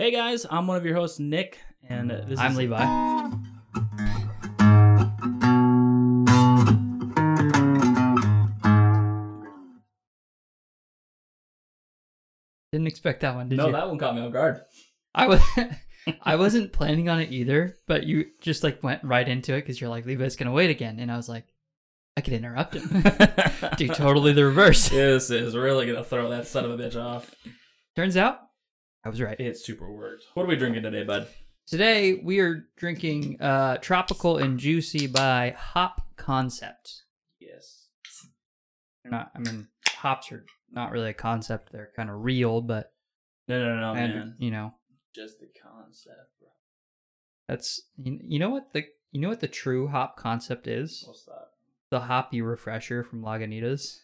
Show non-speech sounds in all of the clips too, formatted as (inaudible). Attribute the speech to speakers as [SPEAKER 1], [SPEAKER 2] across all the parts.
[SPEAKER 1] Hey guys, I'm one of your hosts, Nick, and uh, this
[SPEAKER 2] I'm
[SPEAKER 1] is
[SPEAKER 2] Levi. Didn't expect that one, did
[SPEAKER 1] no,
[SPEAKER 2] you?
[SPEAKER 1] that one caught me off guard. (laughs)
[SPEAKER 2] I was I wasn't planning on it either, but you just like went right into it because you're like Levi's gonna wait again, and I was like, I could interrupt him. (laughs) Do totally the reverse. (laughs)
[SPEAKER 1] This is really gonna throw that son of a bitch off.
[SPEAKER 2] Turns out I was right.
[SPEAKER 1] It super worked. What are we drinking today, bud?
[SPEAKER 2] Today we are drinking uh, tropical and juicy by Hop Concept.
[SPEAKER 1] Yes.
[SPEAKER 2] They're not. I mean, hops are not really a concept. They're kind of real, but
[SPEAKER 1] No, no, no,
[SPEAKER 2] and
[SPEAKER 1] Oh, man.
[SPEAKER 2] you know,
[SPEAKER 1] Just the concept, bro.
[SPEAKER 2] that's you, you know what the you know what the true hop concept is?
[SPEAKER 1] What's that?
[SPEAKER 2] The hoppy refresher from Lagunitas.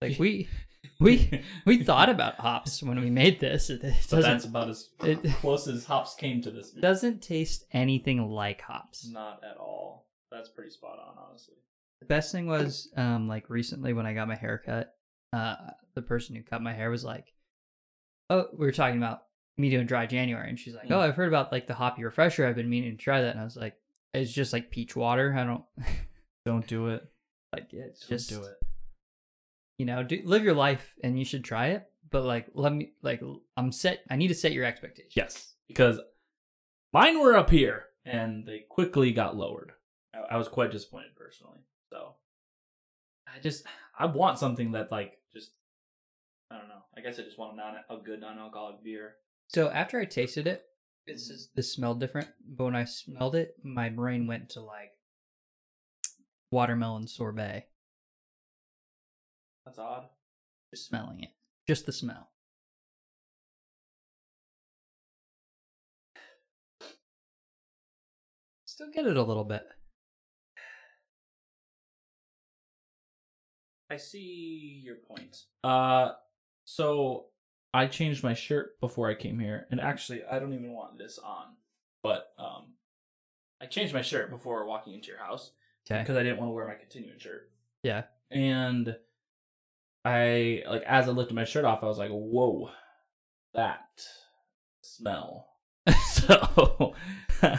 [SPEAKER 2] Like we
[SPEAKER 1] (laughs)
[SPEAKER 2] we we thought about hops when we made this. It, it
[SPEAKER 1] But that's
[SPEAKER 2] doesn't
[SPEAKER 1] about as
[SPEAKER 2] it
[SPEAKER 1] close as hops came to this.
[SPEAKER 2] doesn't taste anything like hops.
[SPEAKER 1] Not at all. That's pretty spot on, honestly.
[SPEAKER 2] The best thing was um like recently when I got my hair cut, uh the person who cut my hair was like, "Oh, we were talking about me doing dry January," and she's like,
[SPEAKER 1] Mm.
[SPEAKER 2] "Oh, I've heard about like the hoppy refresher. I've been meaning to try that." And I was like, "It's just like peach water. I don't
[SPEAKER 1] Don't do it.
[SPEAKER 2] like it's just you know do, live your life and you should try it, but like let me like l- I'm set. I need to set your expectations.
[SPEAKER 1] Yes, because mine were up here and they quickly got lowered. I, I was quite disappointed personally. So I just I want something that like just I don't know. I guess I just want a non a good non alcoholic beer.
[SPEAKER 2] So after I tasted it, it's just, this smelled different. But when I smelled it, my brain went to like watermelon sorbet.
[SPEAKER 1] That's odd.
[SPEAKER 2] just smelling it, just the smell. Still get it a little bit.
[SPEAKER 1] I see your point. Uh, so I changed my shirt before I came here, and actually, I don't even want this on, but um, I changed my shirt before walking into your house. because I didn't want to wear my continuing shirt.
[SPEAKER 2] Yeah.
[SPEAKER 1] And I like as I lifted my shirt off, I was like, "Whoa, that
[SPEAKER 2] (laughs)
[SPEAKER 1] smell!" so (laughs)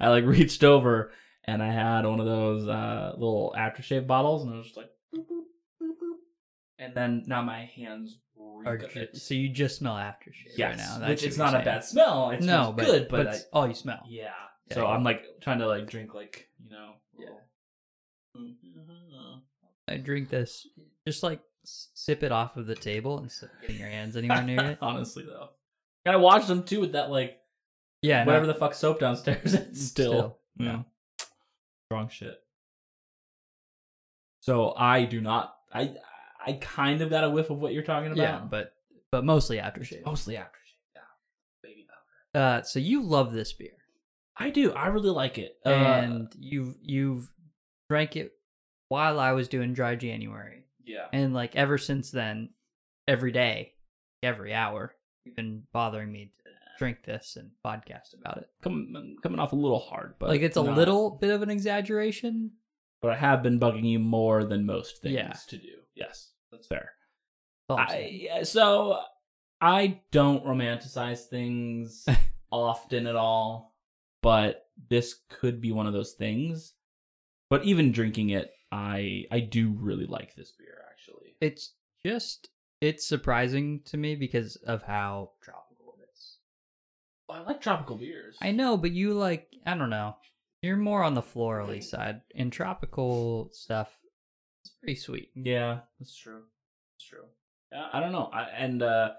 [SPEAKER 1] I like reached over and I had one of those uh, little aftershave bottles, and I was just like, boop, boop, boop, boop. and then now my hands
[SPEAKER 2] Or
[SPEAKER 1] reek of
[SPEAKER 2] ju-
[SPEAKER 1] it.
[SPEAKER 2] so you just smell aftershave
[SPEAKER 1] yes,
[SPEAKER 2] right now.
[SPEAKER 1] which
[SPEAKER 2] what
[SPEAKER 1] it's
[SPEAKER 2] you're
[SPEAKER 1] not a
[SPEAKER 2] saying.
[SPEAKER 1] bad smell. It's
[SPEAKER 2] no, but,
[SPEAKER 1] good, but, I-
[SPEAKER 2] it's all you smell.
[SPEAKER 1] yeah.
[SPEAKER 2] Yeah,
[SPEAKER 1] So
[SPEAKER 2] yeah.
[SPEAKER 1] I'm like trying to like drink like you know.
[SPEAKER 2] Yeah.
[SPEAKER 1] (laughs) little-
[SPEAKER 2] I drink this, just like s- sip it off of the table instead of getting your hands anywhere
[SPEAKER 1] (laughs)
[SPEAKER 2] near it.
[SPEAKER 1] Honestly, though, and I watched them too with that like
[SPEAKER 2] Yeah, no,
[SPEAKER 1] whatever the fuck soap downstairs. (laughs) It's still,
[SPEAKER 2] yeah.
[SPEAKER 1] strong shit. So I do not. I I kind of got a whiff of what you're talking
[SPEAKER 2] yeah,
[SPEAKER 1] about.
[SPEAKER 2] but but mostly aftershave.
[SPEAKER 1] mostly after shit. Yeah, baby powder.
[SPEAKER 2] Uh, so you love this beer.
[SPEAKER 1] I do. I really like it. Uh,
[SPEAKER 2] and you've you've drank it while I was doing dry January,
[SPEAKER 1] yeah,
[SPEAKER 2] and like ever since then, every day, every hour, you've been bothering me to drink this and podcast about it.
[SPEAKER 1] coming coming off a little hard, but
[SPEAKER 2] like it's a
[SPEAKER 1] not-
[SPEAKER 2] little bit of an exaggeration.
[SPEAKER 1] But I have been bugging you more than most things
[SPEAKER 2] Yeah.
[SPEAKER 1] to do. Yes, that's fair.
[SPEAKER 2] That's all I'm
[SPEAKER 1] I,
[SPEAKER 2] saying.
[SPEAKER 1] yeah, so I don't romanticize
[SPEAKER 2] (laughs)
[SPEAKER 1] things often at all, but this could be one of those things. But even drinking it, I I do really like this beer actually.
[SPEAKER 2] it's just it's surprising to me because of how tropical it is.
[SPEAKER 1] I like tropical beers.
[SPEAKER 2] I know, but you like I don't know. You're more on the florally side, and tropical stuff is pretty sweet.
[SPEAKER 1] Yeah, that's true. That's true. Yeah, I don't know. I, and uh,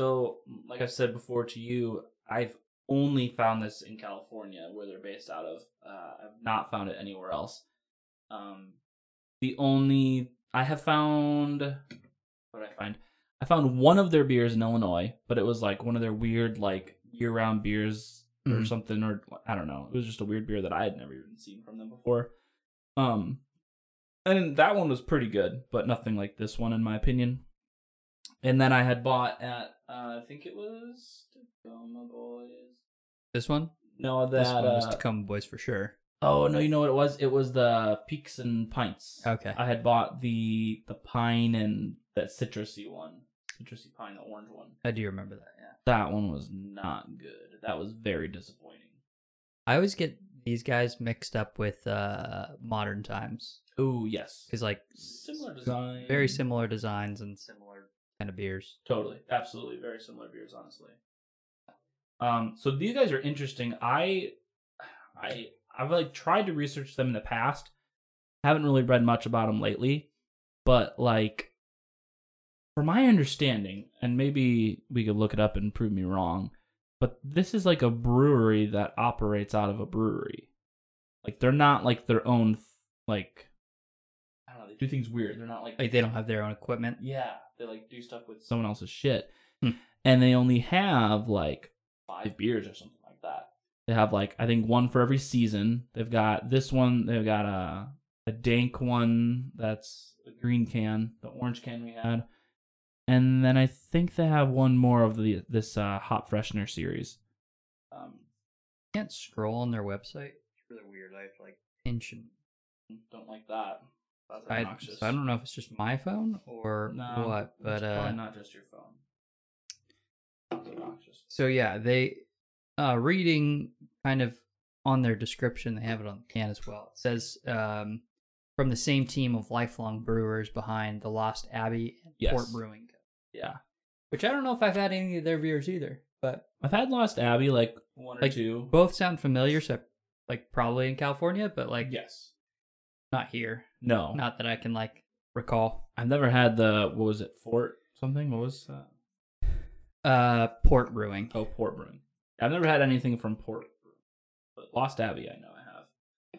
[SPEAKER 1] so, like I've said before to you, I've only found this in California, where they're based out of. Uh, I've not found it anywhere else. Um, the only I have found, what did I find? I found one of their beers in Illinois, but it was like one of their weird, like year-round beers or
[SPEAKER 2] Mhm.
[SPEAKER 1] something, or I don't know. It was just a weird beer that I had never even seen from them before. Um, and that one was pretty good, but nothing like this one in my opinion. And then I had bought at uh, I think it was Tacoma Boys.
[SPEAKER 2] This one,
[SPEAKER 1] No, that
[SPEAKER 2] this one was
[SPEAKER 1] uh,
[SPEAKER 2] Tacoma Boys for sure.
[SPEAKER 1] oh no, you know what it was? It was the Peaks and Pints.
[SPEAKER 2] Okay.
[SPEAKER 1] I had bought the the pine and that citrusy one. citrusy pine, the orange one.
[SPEAKER 2] I do remember that.
[SPEAKER 1] Yeah. That one was not good. That was very disappointing.
[SPEAKER 2] I always get these guys mixed up with uh modern times
[SPEAKER 1] Oh yes,
[SPEAKER 2] because like
[SPEAKER 1] similar design,
[SPEAKER 2] very similar designs and
[SPEAKER 1] similar.
[SPEAKER 2] kind of beers.
[SPEAKER 1] Totally, absolutely, very similar beers. Honestly, um, so these guys are interesting. I, I, I've like tried to research them in the past. Haven't really read much about them lately, but like, from my understanding, and maybe we could look it up and prove me wrong, but this is like a brewery that operates out of a brewery. Like they're not like their own like. I don't know. They do things weird. They're not like
[SPEAKER 2] Like they don't have their own equipment.
[SPEAKER 1] yeah, they like do stuff with someone else's shit,
[SPEAKER 2] Hmm.
[SPEAKER 1] and they only have like five beers or something like that. They have like I think one for every season. They've got this one. They've got a a dank one that's the green can, the orange can we had, and then I think they have one more of the this uh, hop freshener series. Um,
[SPEAKER 2] Can't scroll on their website. It's really weird. I have to, like pinch and
[SPEAKER 1] don't like that. That's
[SPEAKER 2] I,
[SPEAKER 1] obnoxious.
[SPEAKER 2] so I don't know if it's just my phone or
[SPEAKER 1] No,
[SPEAKER 2] what,
[SPEAKER 1] it's
[SPEAKER 2] but uh,
[SPEAKER 1] probably not just your phone. That's obnoxious.
[SPEAKER 2] so yeah, they uh, reading kind of on their description, they have it on the can as well. It says um, from the same team of lifelong brewers behind the Lost Abbey and
[SPEAKER 1] Yes.
[SPEAKER 2] Port Brewing, Co.
[SPEAKER 1] Yeah.
[SPEAKER 2] which I don't know if I've had any of their beers either, but
[SPEAKER 1] I've had Lost Abbey like one or
[SPEAKER 2] Like,
[SPEAKER 1] two.
[SPEAKER 2] both sound familiar. So like probably in California, but like
[SPEAKER 1] yes.
[SPEAKER 2] not here.
[SPEAKER 1] No.
[SPEAKER 2] Not that I can like recall.
[SPEAKER 1] I've never had the what was it Fort something? What was that?
[SPEAKER 2] Uh, Port Brewing.
[SPEAKER 1] Oh, Port Brewing. I've never had anything from Port, Brewing, but Lost Abbey I know I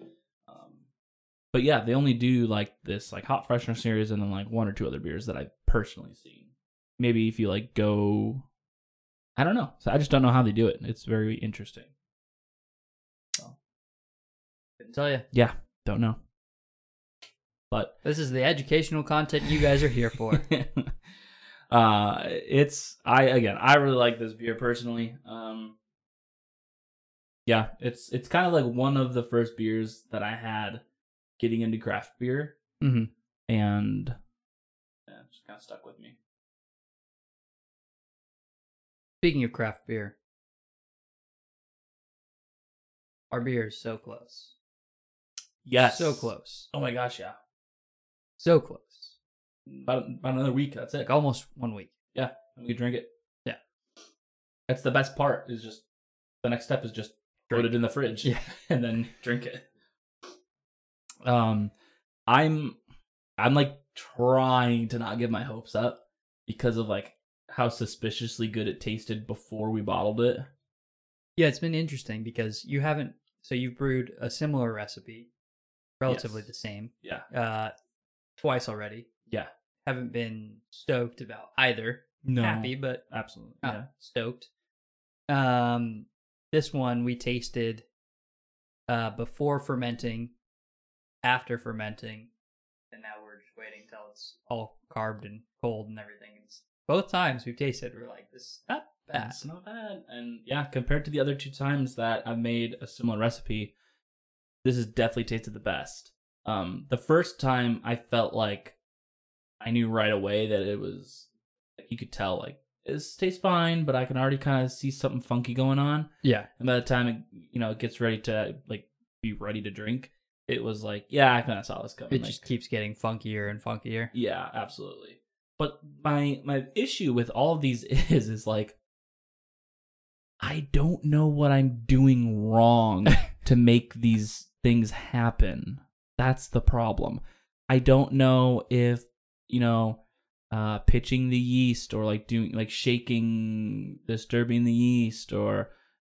[SPEAKER 1] have. Um, but yeah, they only do like this like hot freshener series and then like one or two other beers that I've personally seen. Maybe if you like go, I don't know. So I just don't know how they do it. It's very interesting.
[SPEAKER 2] Couldn't tell you.
[SPEAKER 1] Don't know. But
[SPEAKER 2] This is the educational content you guys are here for.
[SPEAKER 1] (laughs) uh, it's I again. I really like this beer personally. Um, yeah, it's it's kind of like one of the first beers that I had getting into craft beer,
[SPEAKER 2] mm-hmm.
[SPEAKER 1] and yeah, it's kind of stuck with me.
[SPEAKER 2] Speaking of craft beer, our beer is so close.
[SPEAKER 1] Yes,
[SPEAKER 2] So close.
[SPEAKER 1] Oh my gosh, yeah.
[SPEAKER 2] So close.
[SPEAKER 1] About, about another week. That's it.
[SPEAKER 2] Like almost one week.
[SPEAKER 1] We can drink it.
[SPEAKER 2] Yeah.
[SPEAKER 1] that's the best part. Is just the next step is just
[SPEAKER 2] Drink.
[SPEAKER 1] put it in the fridge.
[SPEAKER 2] Yeah.
[SPEAKER 1] (laughs) and then drink it. Um, I'm I'm like trying to not give my hopes up because of like how suspiciously good it tasted before we bottled it.
[SPEAKER 2] Yeah, it's been interesting because you haven't, so you've brewed a similar recipe, relatively
[SPEAKER 1] Yes.
[SPEAKER 2] the same,
[SPEAKER 1] Yeah,
[SPEAKER 2] uh, twice already.
[SPEAKER 1] Yeah.
[SPEAKER 2] Haven't been stoked about either.
[SPEAKER 1] no,
[SPEAKER 2] Happy, Ah. but
[SPEAKER 1] absolutely.
[SPEAKER 2] not
[SPEAKER 1] Yeah,
[SPEAKER 2] stoked. Um, this one we tasted uh, before fermenting, after fermenting, and now we're just waiting till it's all carved and cold and everything. It's, both times we've tasted, we're like, this is not bad.
[SPEAKER 1] it's not bad. And yeah, compared to the other two times that I've made a similar recipe, this has definitely tasted the best. Um, the first time I felt like I knew right away that it was like you could tell like this tastes fine, but I can already kind of see something funky going on.
[SPEAKER 2] Yeah,
[SPEAKER 1] And by the time it you know it gets ready to like be ready to drink, it was like yeah, I kind of saw this coming.
[SPEAKER 2] it
[SPEAKER 1] like,
[SPEAKER 2] just keeps getting funkier and funkier.
[SPEAKER 1] yeah, absolutely. But my my issue with all of these (laughs) is is like I don't know what I'm doing wrong to make these things happen. That's the problem. I don't know if, you know, uh pitching the yeast or like doing like shaking disturbing the yeast or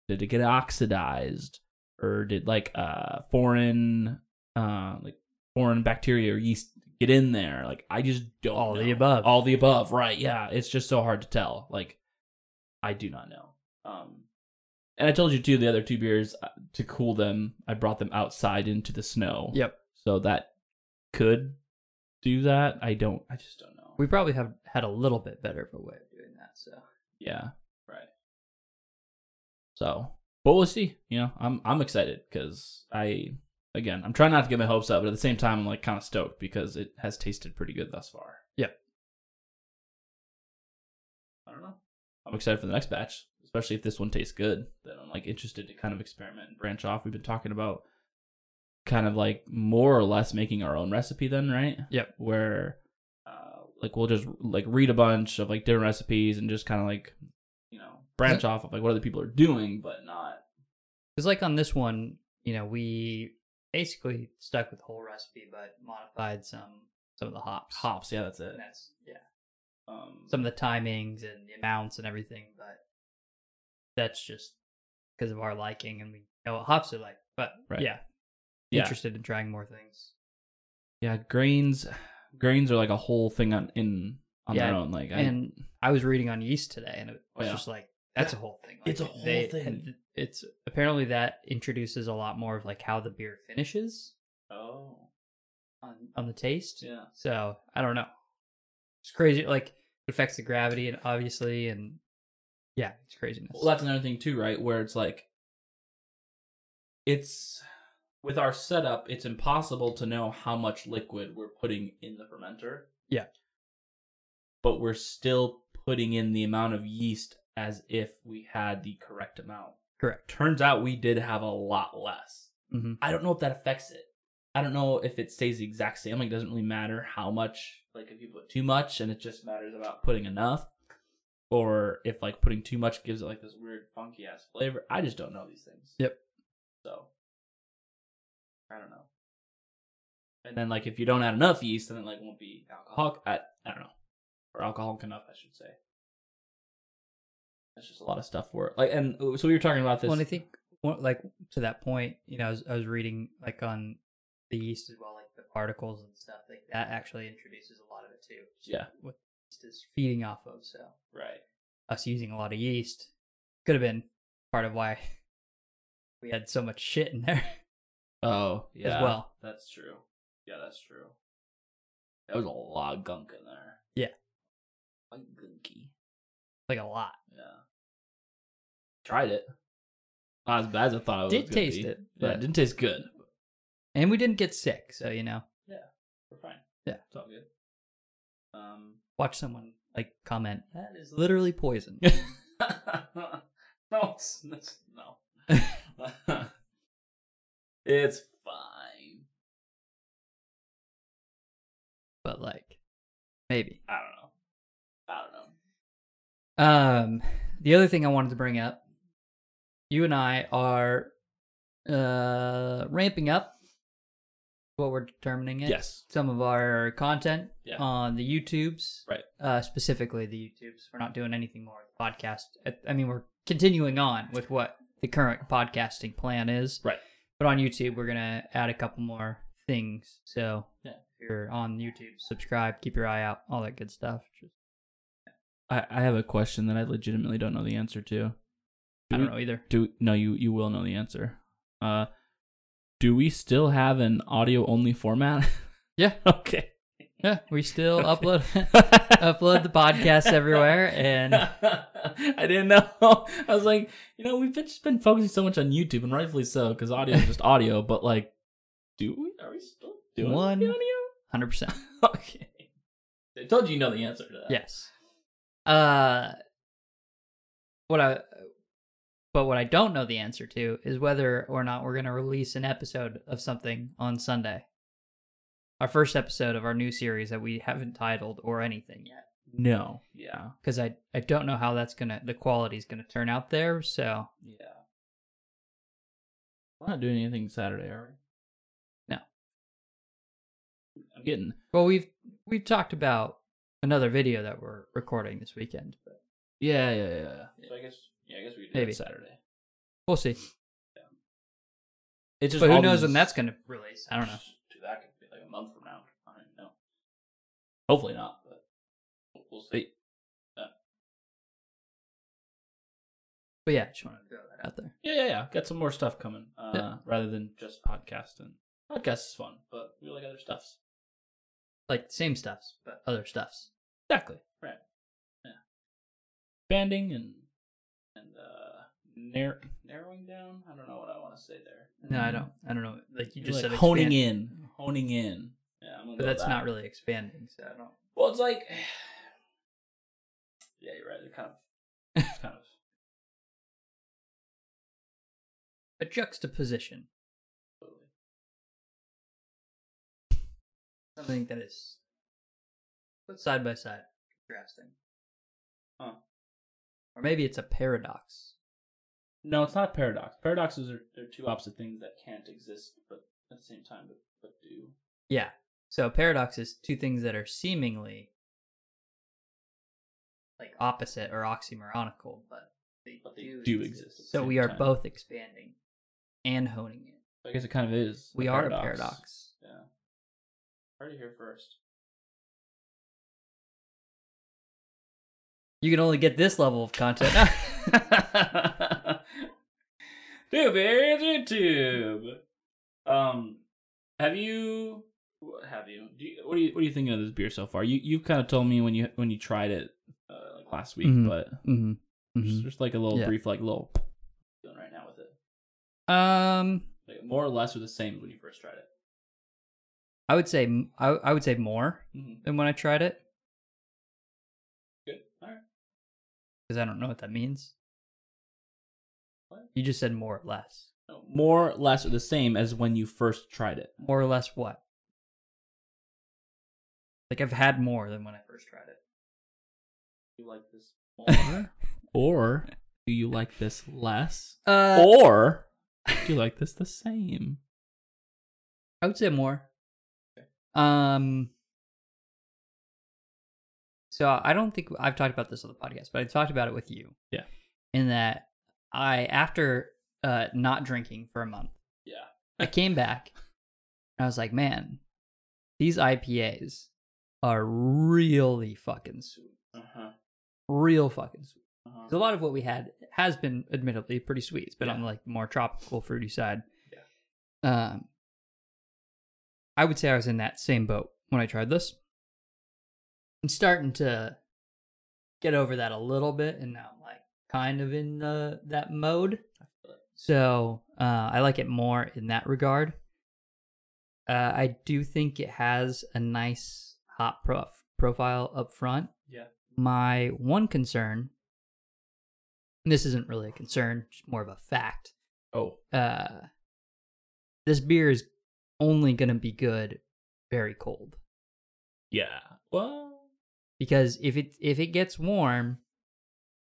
[SPEAKER 1] did it get oxidized or did like uh foreign uh like foreign bacteria or yeast get in there like i just don't
[SPEAKER 2] All the
[SPEAKER 1] know.
[SPEAKER 2] above.
[SPEAKER 1] all the above right yeah it's just so hard to tell like i do not know um and i told you too the other two beers uh, to cool them i brought them outside into the snow
[SPEAKER 2] Yep,
[SPEAKER 1] so that could do that i don't i just don't know
[SPEAKER 2] we probably have had a little bit better of a way of doing that. So
[SPEAKER 1] Yeah. Right. So, but we'll see. You know, I'm I'm excited because I again I'm trying not to get my hopes up, but at the same time I'm like kind of stoked because it has tasted pretty good thus far.
[SPEAKER 2] Yeah.
[SPEAKER 1] I'm excited for the next batch, especially if this one tastes good. Then I'm like interested to kind of experiment and branch off. We've been talking about kind of like more or less making our own recipe then, right?
[SPEAKER 2] Yep.
[SPEAKER 1] Where uh, like we'll just like read a bunch of like different recipes and just kind of like you know branch off of like what other people are doing, but not
[SPEAKER 2] Because like on this one, you know, we basically stuck with the whole recipe, but modified some some of the hops.
[SPEAKER 1] hops. Yeah, that's it.
[SPEAKER 2] And that's yeah,
[SPEAKER 1] Um,
[SPEAKER 2] some of the timings and the amounts and everything, but that's just because of our liking and we know what hops are like. But
[SPEAKER 1] Right.
[SPEAKER 2] yeah,
[SPEAKER 1] Yeah.
[SPEAKER 2] interested in trying more things.
[SPEAKER 1] yeah grains, grains are like a whole thing on in on their
[SPEAKER 2] Yeah,
[SPEAKER 1] own. Like I,
[SPEAKER 2] and I was reading on yeast today, and it
[SPEAKER 1] Oh,
[SPEAKER 2] was
[SPEAKER 1] yeah.
[SPEAKER 2] just like that's a whole thing. Like,
[SPEAKER 1] It's a whole thing.
[SPEAKER 2] and It's apparently that introduces a lot more of like how the beer finishes
[SPEAKER 1] oh
[SPEAKER 2] on on the taste.
[SPEAKER 1] yeah,
[SPEAKER 2] So I don't know. It's crazy. Like it affects the gravity and obviously, and yeah, it's craziness.
[SPEAKER 1] Well, that's another thing too, right? Where it's like, it's with our setup, it's impossible to know how much liquid we're putting in the fermenter.
[SPEAKER 2] Yeah.
[SPEAKER 1] But we're still putting in the amount of yeast as if we had the correct amount.
[SPEAKER 2] Correct.
[SPEAKER 1] Turns out we did have a lot less.
[SPEAKER 2] hmm
[SPEAKER 1] I don't know if that affects it. I don't know if it stays the exact same. Like, it doesn't really matter how much, like, if you put too much and it just matters about putting enough, or if, like, putting too much gives it, like, this weird, funky ass flavor. I just don't know these things.
[SPEAKER 2] Yep.
[SPEAKER 1] So, I don't know. And then, like, if you don't add enough yeast, then it, like, won't be alcoholic. I, I don't know. Or alcoholic enough, I should say. That's just a lot of stuff for it. Like, and uh, so we were talking about this.
[SPEAKER 2] Well, and I think one, like to that point, you know, I was, I was reading like on the yeast as well, like the particles and stuff like that actually introduces a lot of it too.
[SPEAKER 1] yeah.
[SPEAKER 2] What yeast is feeding off of. So
[SPEAKER 1] Right.
[SPEAKER 2] us using a lot of yeast could have been part of why (laughs) we had so much shit in there (laughs)
[SPEAKER 1] Oh, yeah.
[SPEAKER 2] as well.
[SPEAKER 1] That's true. Yeah, that's true. That was a lot of gunk in there.
[SPEAKER 2] Yeah.
[SPEAKER 1] Like gunky.
[SPEAKER 2] Like a lot.
[SPEAKER 1] Yeah. Tried it. Not as bad as I thought it
[SPEAKER 2] Did
[SPEAKER 1] was. Oh, gonna
[SPEAKER 2] taste
[SPEAKER 1] be.
[SPEAKER 2] it,
[SPEAKER 1] Yeah,
[SPEAKER 2] but-
[SPEAKER 1] it didn't taste good. but
[SPEAKER 2] And we didn't get sick, so you know.
[SPEAKER 1] We're fine.
[SPEAKER 2] Yeah.
[SPEAKER 1] It's all good. Um
[SPEAKER 2] Watch someone like comment. That is literally poison.
[SPEAKER 1] (laughs) no, it's, it's-
[SPEAKER 2] (laughs)
[SPEAKER 1] no. it's fine.
[SPEAKER 2] but like maybe.
[SPEAKER 1] I don't know. I don't know.
[SPEAKER 2] Um, the other thing I wanted to bring up, you and I are uh ramping up what we're determining it.
[SPEAKER 1] Yes.
[SPEAKER 2] Some of our content
[SPEAKER 1] Yeah.
[SPEAKER 2] on the YouTubes,
[SPEAKER 1] Right.
[SPEAKER 2] Uh, specifically the YouTubes. We're not doing anything more with the podcast. I- I mean, we're continuing on with what the current podcasting plan is,
[SPEAKER 1] Right.
[SPEAKER 2] But on YouTube, we're gonna add a couple more things. So
[SPEAKER 1] Yeah.
[SPEAKER 2] if you're on YouTube, subscribe, keep your eye out, all that good stuff. Just-
[SPEAKER 1] I, I have a question that I legitimately don't know the answer to. Do
[SPEAKER 2] I don't
[SPEAKER 1] we-
[SPEAKER 2] know either.
[SPEAKER 1] Do no, you you will know the answer. Uh, do we still have an audio only format? (laughs)
[SPEAKER 2] Yeah.
[SPEAKER 1] okay.
[SPEAKER 2] Yeah, we still
[SPEAKER 1] Okay. (laughs)
[SPEAKER 2] upload
[SPEAKER 1] Upload
[SPEAKER 2] upload the podcast everywhere, and
[SPEAKER 1] (laughs) I didn't know. I was like, you know, we've been- just been focusing so much on YouTube, and rightfully so, because audio is just audio. But like, do we? Are we still doing
[SPEAKER 2] One-
[SPEAKER 1] the audio? (laughs)
[SPEAKER 2] hundred percent.
[SPEAKER 1] Okay. I told you you know the answer to that.
[SPEAKER 2] Yes. Uh, what I, but what I don't know the answer to is whether or not we're gonna release an episode of something on Sunday. Our first episode of our new series that we haven't titled or anything yet,
[SPEAKER 1] No. Yeah.
[SPEAKER 2] because I I don't know how that's gonna the quality's gonna turn out there. So
[SPEAKER 1] Yeah. We're not doing anything Saturday, are we?
[SPEAKER 2] No.
[SPEAKER 1] I'm getting
[SPEAKER 2] well we've we've talked about another video that we're recording this weekend, but
[SPEAKER 1] yeah, yeah, yeah. yeah. So I guess yeah, I guess we could do
[SPEAKER 2] Maybe.
[SPEAKER 1] it Saturday.
[SPEAKER 2] we'll see.
[SPEAKER 1] It's
[SPEAKER 2] But who knows when that's gonna release? I don't know.
[SPEAKER 1] Dude, that could be like a month from now. I don't even know. Hopefully not, but we'll, we'll see.
[SPEAKER 2] But yeah, just want to throw that out there.
[SPEAKER 1] Yeah, yeah, yeah. Got some more stuff coming. Uh,
[SPEAKER 2] Yeah.
[SPEAKER 1] rather than just podcasting. Podcast is fun, but we like other stuffs.
[SPEAKER 2] Like same stuffs, but other stuffs.
[SPEAKER 1] Exactly. Right. Yeah. Banding and and uh narr- narrowing down. I don't know what I want to say there.
[SPEAKER 2] No, I don't. I don't know. Like you just said,
[SPEAKER 1] Mm-hmm. honing
[SPEAKER 2] expand-
[SPEAKER 1] in, honing in. Yeah, I'm gonna
[SPEAKER 2] but
[SPEAKER 1] go
[SPEAKER 2] that's
[SPEAKER 1] with that.
[SPEAKER 2] not really expanding. So I don't.
[SPEAKER 1] (sighs) Well, it's like. Yeah, you're right. They're kind of
[SPEAKER 2] a juxtaposition. Something that is put side by side, contrasting.
[SPEAKER 1] Huh.
[SPEAKER 2] Or maybe it's a paradox.
[SPEAKER 1] No, it's not a paradox. Paradoxes are, are two opposite things that can't exist, but at the same time, but, but do.
[SPEAKER 2] Yeah. So a paradox is two things that are seemingly like opposite or oxymoronical, but they,
[SPEAKER 1] But they
[SPEAKER 2] do,
[SPEAKER 1] do exist at the
[SPEAKER 2] So
[SPEAKER 1] same
[SPEAKER 2] we are
[SPEAKER 1] time.
[SPEAKER 2] both expanding and honing it.
[SPEAKER 1] I guess it kind of is.
[SPEAKER 2] We are a paradox.
[SPEAKER 1] Yeah. Heard it here first.
[SPEAKER 2] You can only get this level of content. (laughs)
[SPEAKER 1] (laughs) Tube YouTube. Um, have you? what Have you? Do you? What do you? What are you thinking of this beer so far? You you kind of told me when you when you tried it uh, like last week,
[SPEAKER 2] Mhm.
[SPEAKER 1] but
[SPEAKER 2] mm-hmm.
[SPEAKER 1] just, just like a little
[SPEAKER 2] Yeah.
[SPEAKER 1] brief, like little doing right now with it.
[SPEAKER 2] Um,
[SPEAKER 1] Like more or less, or the same as when you first tried it.
[SPEAKER 2] I would say I, I would say more
[SPEAKER 1] Mm-hmm.
[SPEAKER 2] than when I tried it
[SPEAKER 1] Good. All right.
[SPEAKER 2] because I don't know what that means.
[SPEAKER 1] What?
[SPEAKER 2] You just said more or less.
[SPEAKER 1] No, more or less, or the same as when you first tried it.
[SPEAKER 2] More or less what? Like I've had more than when I first tried it.
[SPEAKER 1] You like this (laughs) more, or do you like this less,
[SPEAKER 2] Uh,
[SPEAKER 1] or do you like this the same?
[SPEAKER 2] I would say more. Um. So I don't think I've talked about this on the podcast, but I talked about it with you.
[SPEAKER 1] Yeah.
[SPEAKER 2] In that I, after uh, not drinking for a month,
[SPEAKER 1] Yeah.
[SPEAKER 2] I came back and I was like, man, these IPAs are really fucking sweet.
[SPEAKER 1] Uh huh.
[SPEAKER 2] Real fucking sweet.
[SPEAKER 1] Uh-huh.
[SPEAKER 2] 'Cause A lot of what we had has been admittedly pretty sweet. It's been
[SPEAKER 1] Yeah.
[SPEAKER 2] on like the more tropical fruity side. Yeah. Um I would say I was in that same boat when I tried this. I'm starting to get over that a little bit and now I'm like kind of in the that mode. So uh I like it more in that regard. Uh I do think it has a nice hot prof- profile up front
[SPEAKER 1] Yeah.
[SPEAKER 2] my one concern and this isn't really a concern just more of a fact
[SPEAKER 1] Oh.
[SPEAKER 2] uh this beer is only going to be good very cold
[SPEAKER 1] Yeah. Well.
[SPEAKER 2] because if it if it gets warm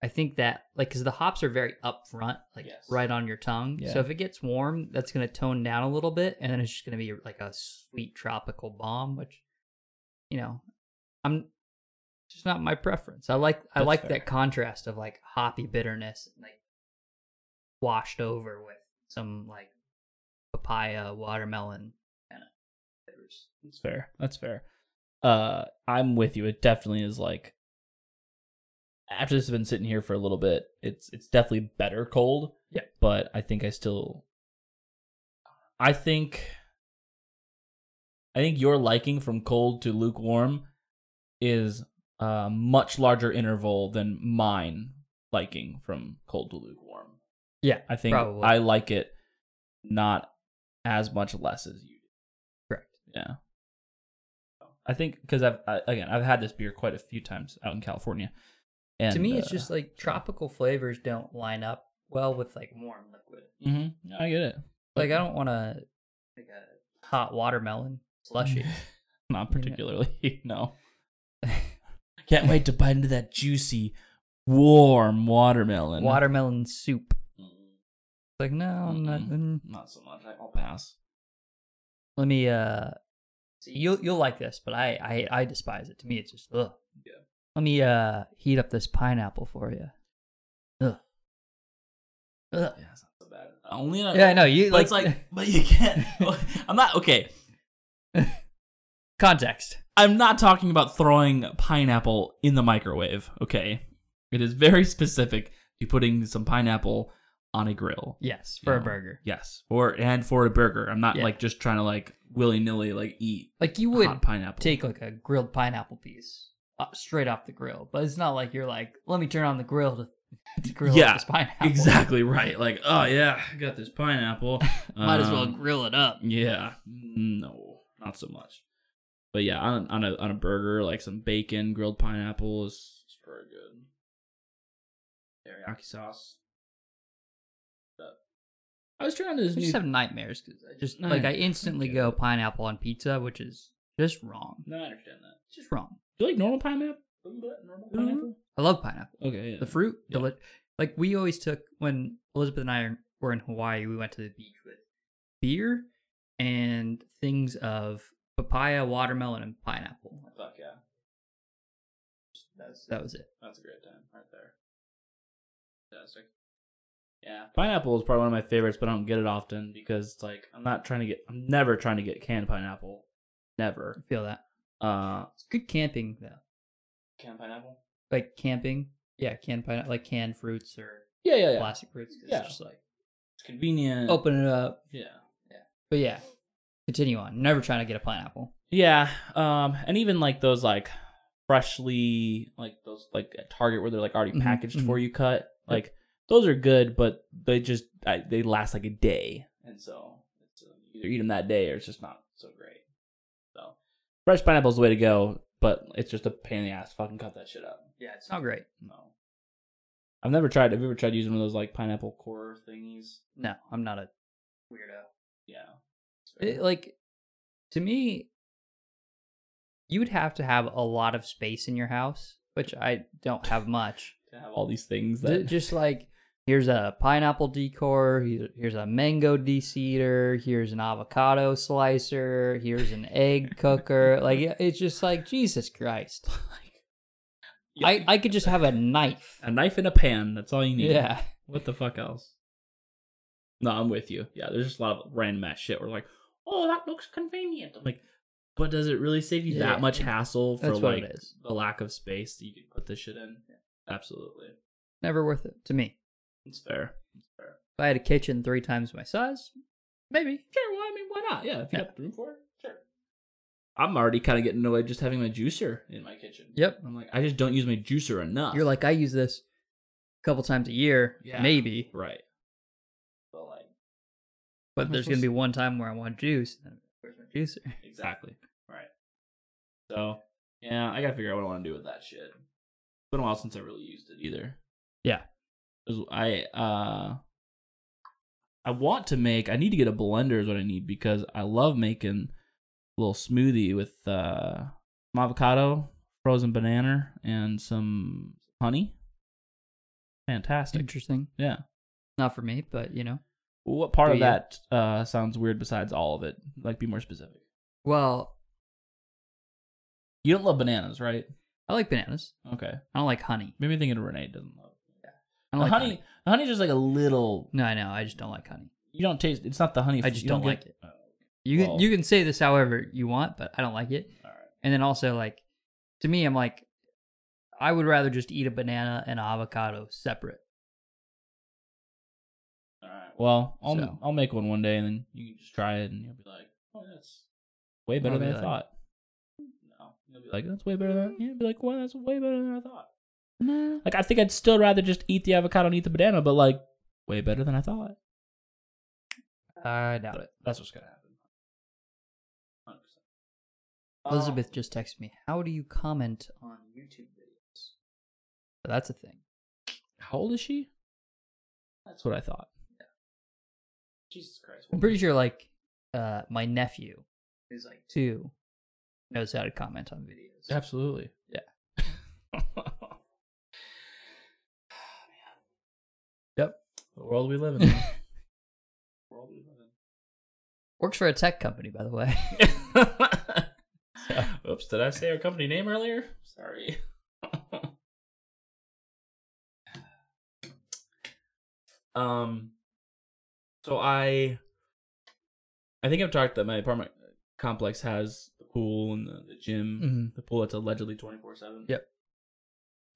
[SPEAKER 2] i think that like because the hops are very up front like
[SPEAKER 1] Yes.
[SPEAKER 2] right on your tongue
[SPEAKER 1] Yeah.
[SPEAKER 2] so if it gets warm that's going to tone down a little bit and then it's just going to be like a sweet tropical bomb which you know i'm it's just not my preference i like i
[SPEAKER 1] That's
[SPEAKER 2] like
[SPEAKER 1] fair.
[SPEAKER 2] that contrast of like hoppy bitterness and like washed over with some like papaya watermelon kind of flavors
[SPEAKER 1] That's fair. That's fair. Uh, I'm with you. It definitely is like after this has been sitting here for a little bit, it's it's definitely better cold.
[SPEAKER 2] Yeah.
[SPEAKER 1] But I think I still I think I think your liking from cold to lukewarm is a much larger interval than mine liking from cold to lukewarm.
[SPEAKER 2] yeah
[SPEAKER 1] I think
[SPEAKER 2] Probably.
[SPEAKER 1] I like it not as much less as you. do.
[SPEAKER 2] Correct.
[SPEAKER 1] Yeah. I think because I've I, again I've had this beer quite a few times out in California. And
[SPEAKER 2] to me,
[SPEAKER 1] uh,
[SPEAKER 2] it's just like tropical flavors don't line up well with like warm liquid.
[SPEAKER 1] mhm, I get it. (laughs)
[SPEAKER 2] Like I don't want to like a hot watermelon slushy.
[SPEAKER 1] Not particularly. (laughs) No. Can't wait to bite into that juicy, warm (laughs) watermelon.
[SPEAKER 2] watermelon soup. Like no, I'm not.
[SPEAKER 1] Mm-mm.
[SPEAKER 2] mm.
[SPEAKER 1] Not so much. I'll pass.
[SPEAKER 2] Let me. uh see, You'll you'll like this, but I I I despise it. To me, it's just ugh.
[SPEAKER 1] Yeah.
[SPEAKER 2] Let me uh heat up this pineapple for you. Ugh. Ugh.
[SPEAKER 1] Yeah, it's not so bad. Only in a,
[SPEAKER 2] Yeah, I know you
[SPEAKER 1] but
[SPEAKER 2] like,
[SPEAKER 1] it's like, but you can't. (laughs) I'm not okay.
[SPEAKER 2] (laughs) context.
[SPEAKER 1] I'm not talking about throwing pineapple in the microwave, okay? It is very (laughs) specific to putting some pineapple on a grill.
[SPEAKER 2] Yes,
[SPEAKER 1] you
[SPEAKER 2] for a
[SPEAKER 1] know?
[SPEAKER 2] burger.
[SPEAKER 1] Yes. Or and for a burger. I'm not
[SPEAKER 2] Yeah.
[SPEAKER 1] like just trying to like willy-nilly like eat
[SPEAKER 2] Like you would
[SPEAKER 1] hot pineapple.
[SPEAKER 2] take like a grilled pineapple piece uh, straight off the grill, but it's not like you're like, let me turn on the grill to, (laughs) to grill
[SPEAKER 1] Yeah,
[SPEAKER 2] up this pineapple.
[SPEAKER 1] exactly right. Like, oh yeah, I got this pineapple.
[SPEAKER 2] (laughs) Might as well
[SPEAKER 1] Um,
[SPEAKER 2] grill it up.
[SPEAKER 1] Yeah. No, not so much. But yeah, on on a on a burger, like some bacon, grilled pineapple is is very good. Teriyaki sauce. I was trying this
[SPEAKER 2] I just
[SPEAKER 1] new.
[SPEAKER 2] have nightmares because I just
[SPEAKER 1] No,
[SPEAKER 2] like I
[SPEAKER 1] yeah.
[SPEAKER 2] instantly
[SPEAKER 1] Okay.
[SPEAKER 2] go pineapple on pizza, which is just wrong.
[SPEAKER 1] No, I understand that.
[SPEAKER 2] It's just wrong.
[SPEAKER 1] Do you like normal pineapple? Normal pineapple?
[SPEAKER 2] I love pineapple.
[SPEAKER 1] Okay, yeah.
[SPEAKER 2] Mm-hmm. The fruit,
[SPEAKER 1] Yeah.
[SPEAKER 2] deli- like we always took when Elizabeth and I were in Hawaii, we went to the beach with beer and things of papaya, watermelon, and pineapple.
[SPEAKER 1] Fuck yeah. That's
[SPEAKER 2] That was it.
[SPEAKER 1] That's a great time right there. Fantastic. Yeah, pineapple is probably one of my favorites, but I don't get it often because it's like I'm not trying to get. I'm never trying to get canned pineapple.
[SPEAKER 2] I
[SPEAKER 1] Never.
[SPEAKER 2] feel that.
[SPEAKER 1] Uh,
[SPEAKER 2] It's good camping though.
[SPEAKER 1] canned pineapple.
[SPEAKER 2] Like camping, yeah, canned pineapple, like canned fruits or
[SPEAKER 1] Yeah, yeah, yeah.
[SPEAKER 2] plastic fruits. 'cause
[SPEAKER 1] Yeah.
[SPEAKER 2] It's just like
[SPEAKER 1] It's convenient.
[SPEAKER 2] open it up.
[SPEAKER 1] yeah.
[SPEAKER 2] But yeah, continue on. Never trying to get a pineapple.
[SPEAKER 1] Yeah. Um, and even like those like freshly like those like at Target where they're like already
[SPEAKER 2] Mhm,
[SPEAKER 1] packaged
[SPEAKER 2] mhm.
[SPEAKER 1] for you cut. Like those are good, but they just I, they last like a day, and so it's, uh, you either eat them that day or it's just not so great. So fresh pineapple's the way to go, but it's just a pain in the ass. to Fucking cut that shit up.
[SPEAKER 2] Yeah, it's not great.
[SPEAKER 1] No. I've never tried. Have you ever tried using one of those like pineapple core thingies?
[SPEAKER 2] No, I'm not a weirdo.
[SPEAKER 1] Yeah.
[SPEAKER 2] It, like to me, you would have to have a lot of space in your house, which I don't have much.
[SPEAKER 1] (laughs) to have all these things
[SPEAKER 2] Ju-
[SPEAKER 1] that
[SPEAKER 2] Just like here's a pineapple decor, here- here's a mango de-seeder, here's an avocado slicer, here's an
[SPEAKER 1] (laughs)
[SPEAKER 2] egg cooker. Like it- it's just like Jesus Christ. I I could just have a knife.
[SPEAKER 1] a knife and a pan. That's all you need.
[SPEAKER 2] Yeah.
[SPEAKER 1] What the fuck else? No, I'm with you. Yeah, there's just a lot of random ass shit. We're like, oh, that looks convenient. I'm like, but does it really save you
[SPEAKER 2] Yeah.
[SPEAKER 1] that much hassle for
[SPEAKER 2] That's what
[SPEAKER 1] like
[SPEAKER 2] it is.
[SPEAKER 1] the lack of space that you can put this shit in? Absolutely,
[SPEAKER 2] Never worth it to me.
[SPEAKER 1] it's fair. It's fair.
[SPEAKER 2] If I had a kitchen three times my size, maybe.
[SPEAKER 1] Sure. Well, I mean, why not? Yeah, if you
[SPEAKER 2] Yeah.
[SPEAKER 1] got the room for it, sure. I'm already kind of getting annoyed just having my juicer in my kitchen.
[SPEAKER 2] Yep.
[SPEAKER 1] I'm like, I just don't use my juicer enough.
[SPEAKER 2] You're like, I use this a couple times a year,
[SPEAKER 1] Yeah.
[SPEAKER 2] maybe,
[SPEAKER 1] right. But like,
[SPEAKER 2] but
[SPEAKER 1] I'm
[SPEAKER 2] there's going to
[SPEAKER 1] supposed-
[SPEAKER 2] be one time where I want juice. and then, Where's my juicer?
[SPEAKER 1] Exactly. Right. So yeah, I gotta figure out what I want to do with that shit. It's been a while since I really used it either.
[SPEAKER 2] Yeah.
[SPEAKER 1] 'Cause I uh I want to make I need to get a blender is what I need because I love making a little smoothie with uh some avocado, frozen banana, and some honey. Fantastic.
[SPEAKER 2] Interesting.
[SPEAKER 1] Yeah.
[SPEAKER 2] Not for me, but you know.
[SPEAKER 1] What part
[SPEAKER 2] Do
[SPEAKER 1] of
[SPEAKER 2] you?
[SPEAKER 1] that uh sounds weird besides all of it? Like be more specific.
[SPEAKER 2] Well,
[SPEAKER 1] You don't love bananas, right?
[SPEAKER 2] I like bananas.
[SPEAKER 1] Okay.
[SPEAKER 2] I don't like honey.
[SPEAKER 1] Maybe I'm thinking Renee doesn't love.
[SPEAKER 2] I don't
[SPEAKER 1] The
[SPEAKER 2] like
[SPEAKER 1] honey,
[SPEAKER 2] honey.
[SPEAKER 1] the honey's just like a little.
[SPEAKER 2] No, I know. I just don't like honey.
[SPEAKER 1] You don't taste. It's not the honey.
[SPEAKER 2] I just
[SPEAKER 1] you
[SPEAKER 2] don't
[SPEAKER 1] get- Oh,
[SPEAKER 2] You
[SPEAKER 1] Well-
[SPEAKER 2] can, you can say this however you want, but I don't like it.
[SPEAKER 1] All right.
[SPEAKER 2] And then also like to me, I'm like, I would rather just eat a banana and avocado separate.
[SPEAKER 1] All right. Well, I'll
[SPEAKER 2] So-
[SPEAKER 1] I'll make one one day, and then you can just try it, and you'll be like, "Oh, that's way better
[SPEAKER 2] I'll
[SPEAKER 1] than
[SPEAKER 2] be
[SPEAKER 1] I
[SPEAKER 2] like-
[SPEAKER 1] thought." No, you'll be like, "That's way better than." You'll be like, "Well, that's way better than I thought."
[SPEAKER 2] No.
[SPEAKER 1] Like, I think I'd still rather just eat the avocado and eat the banana, but like, way better than I thought.
[SPEAKER 2] I doubt it.
[SPEAKER 1] That's what's gonna happen. 100%.
[SPEAKER 2] Elizabeth just texted me, How do you comment on YouTube videos? So that's a thing.
[SPEAKER 1] how old is she? That's what I thought. Jesus Christ!
[SPEAKER 2] I'm pretty sure like uh my nephew who's like two knows how to comment on videos.
[SPEAKER 1] Absolutely. (sighs)
[SPEAKER 2] Yeah.
[SPEAKER 1] Oh, Yep. The world we live in. (laughs) world we
[SPEAKER 2] Works for a tech company, by the (laughs) way.
[SPEAKER 1] live in. (laughs) Oops, did I say our company name earlier? Sorry. (laughs) um so I I think I've talked that my apartment complex has the pool and the, the gym.
[SPEAKER 2] Mhm.
[SPEAKER 1] The pool that's allegedly twenty four seven.
[SPEAKER 2] Yep.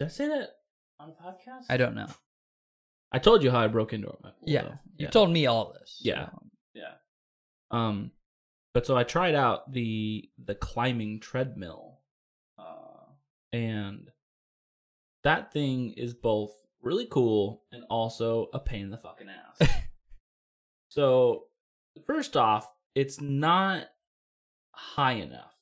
[SPEAKER 1] Did I say that on the podcast?
[SPEAKER 2] I don't know.
[SPEAKER 1] I told you how I broke into my pool.
[SPEAKER 2] Yeah.
[SPEAKER 1] though.
[SPEAKER 2] You've told me all this.
[SPEAKER 1] Yeah.
[SPEAKER 2] so-
[SPEAKER 1] Um, but so I tried out the the climbing treadmill, uh, and that thing is both really cool and also a pain in the fucking ass. so first off, it's not high enough,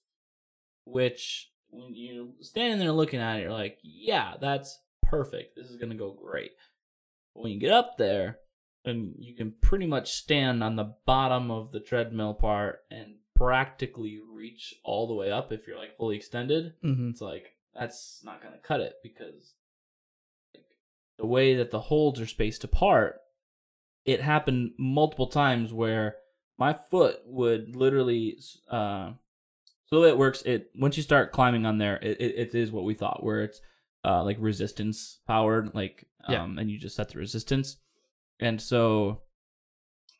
[SPEAKER 1] which when you standing there looking at it, you're like, yeah, that's perfect. This is gonna go great. But when you get up there, and you can pretty much stand on the bottom of the treadmill part and practically reach all the way up if you're like fully extended.
[SPEAKER 2] Mm-hmm.
[SPEAKER 1] It's like that's not going to cut it because like, the way that the holds are spaced apart, it happened multiple times where my foot would literally. Uh, so the way it works, it once you start climbing on there, it, it, it is what we thought, where it's uh, like resistance powered, like um,
[SPEAKER 2] Yeah.
[SPEAKER 1] and you just set the resistance, and so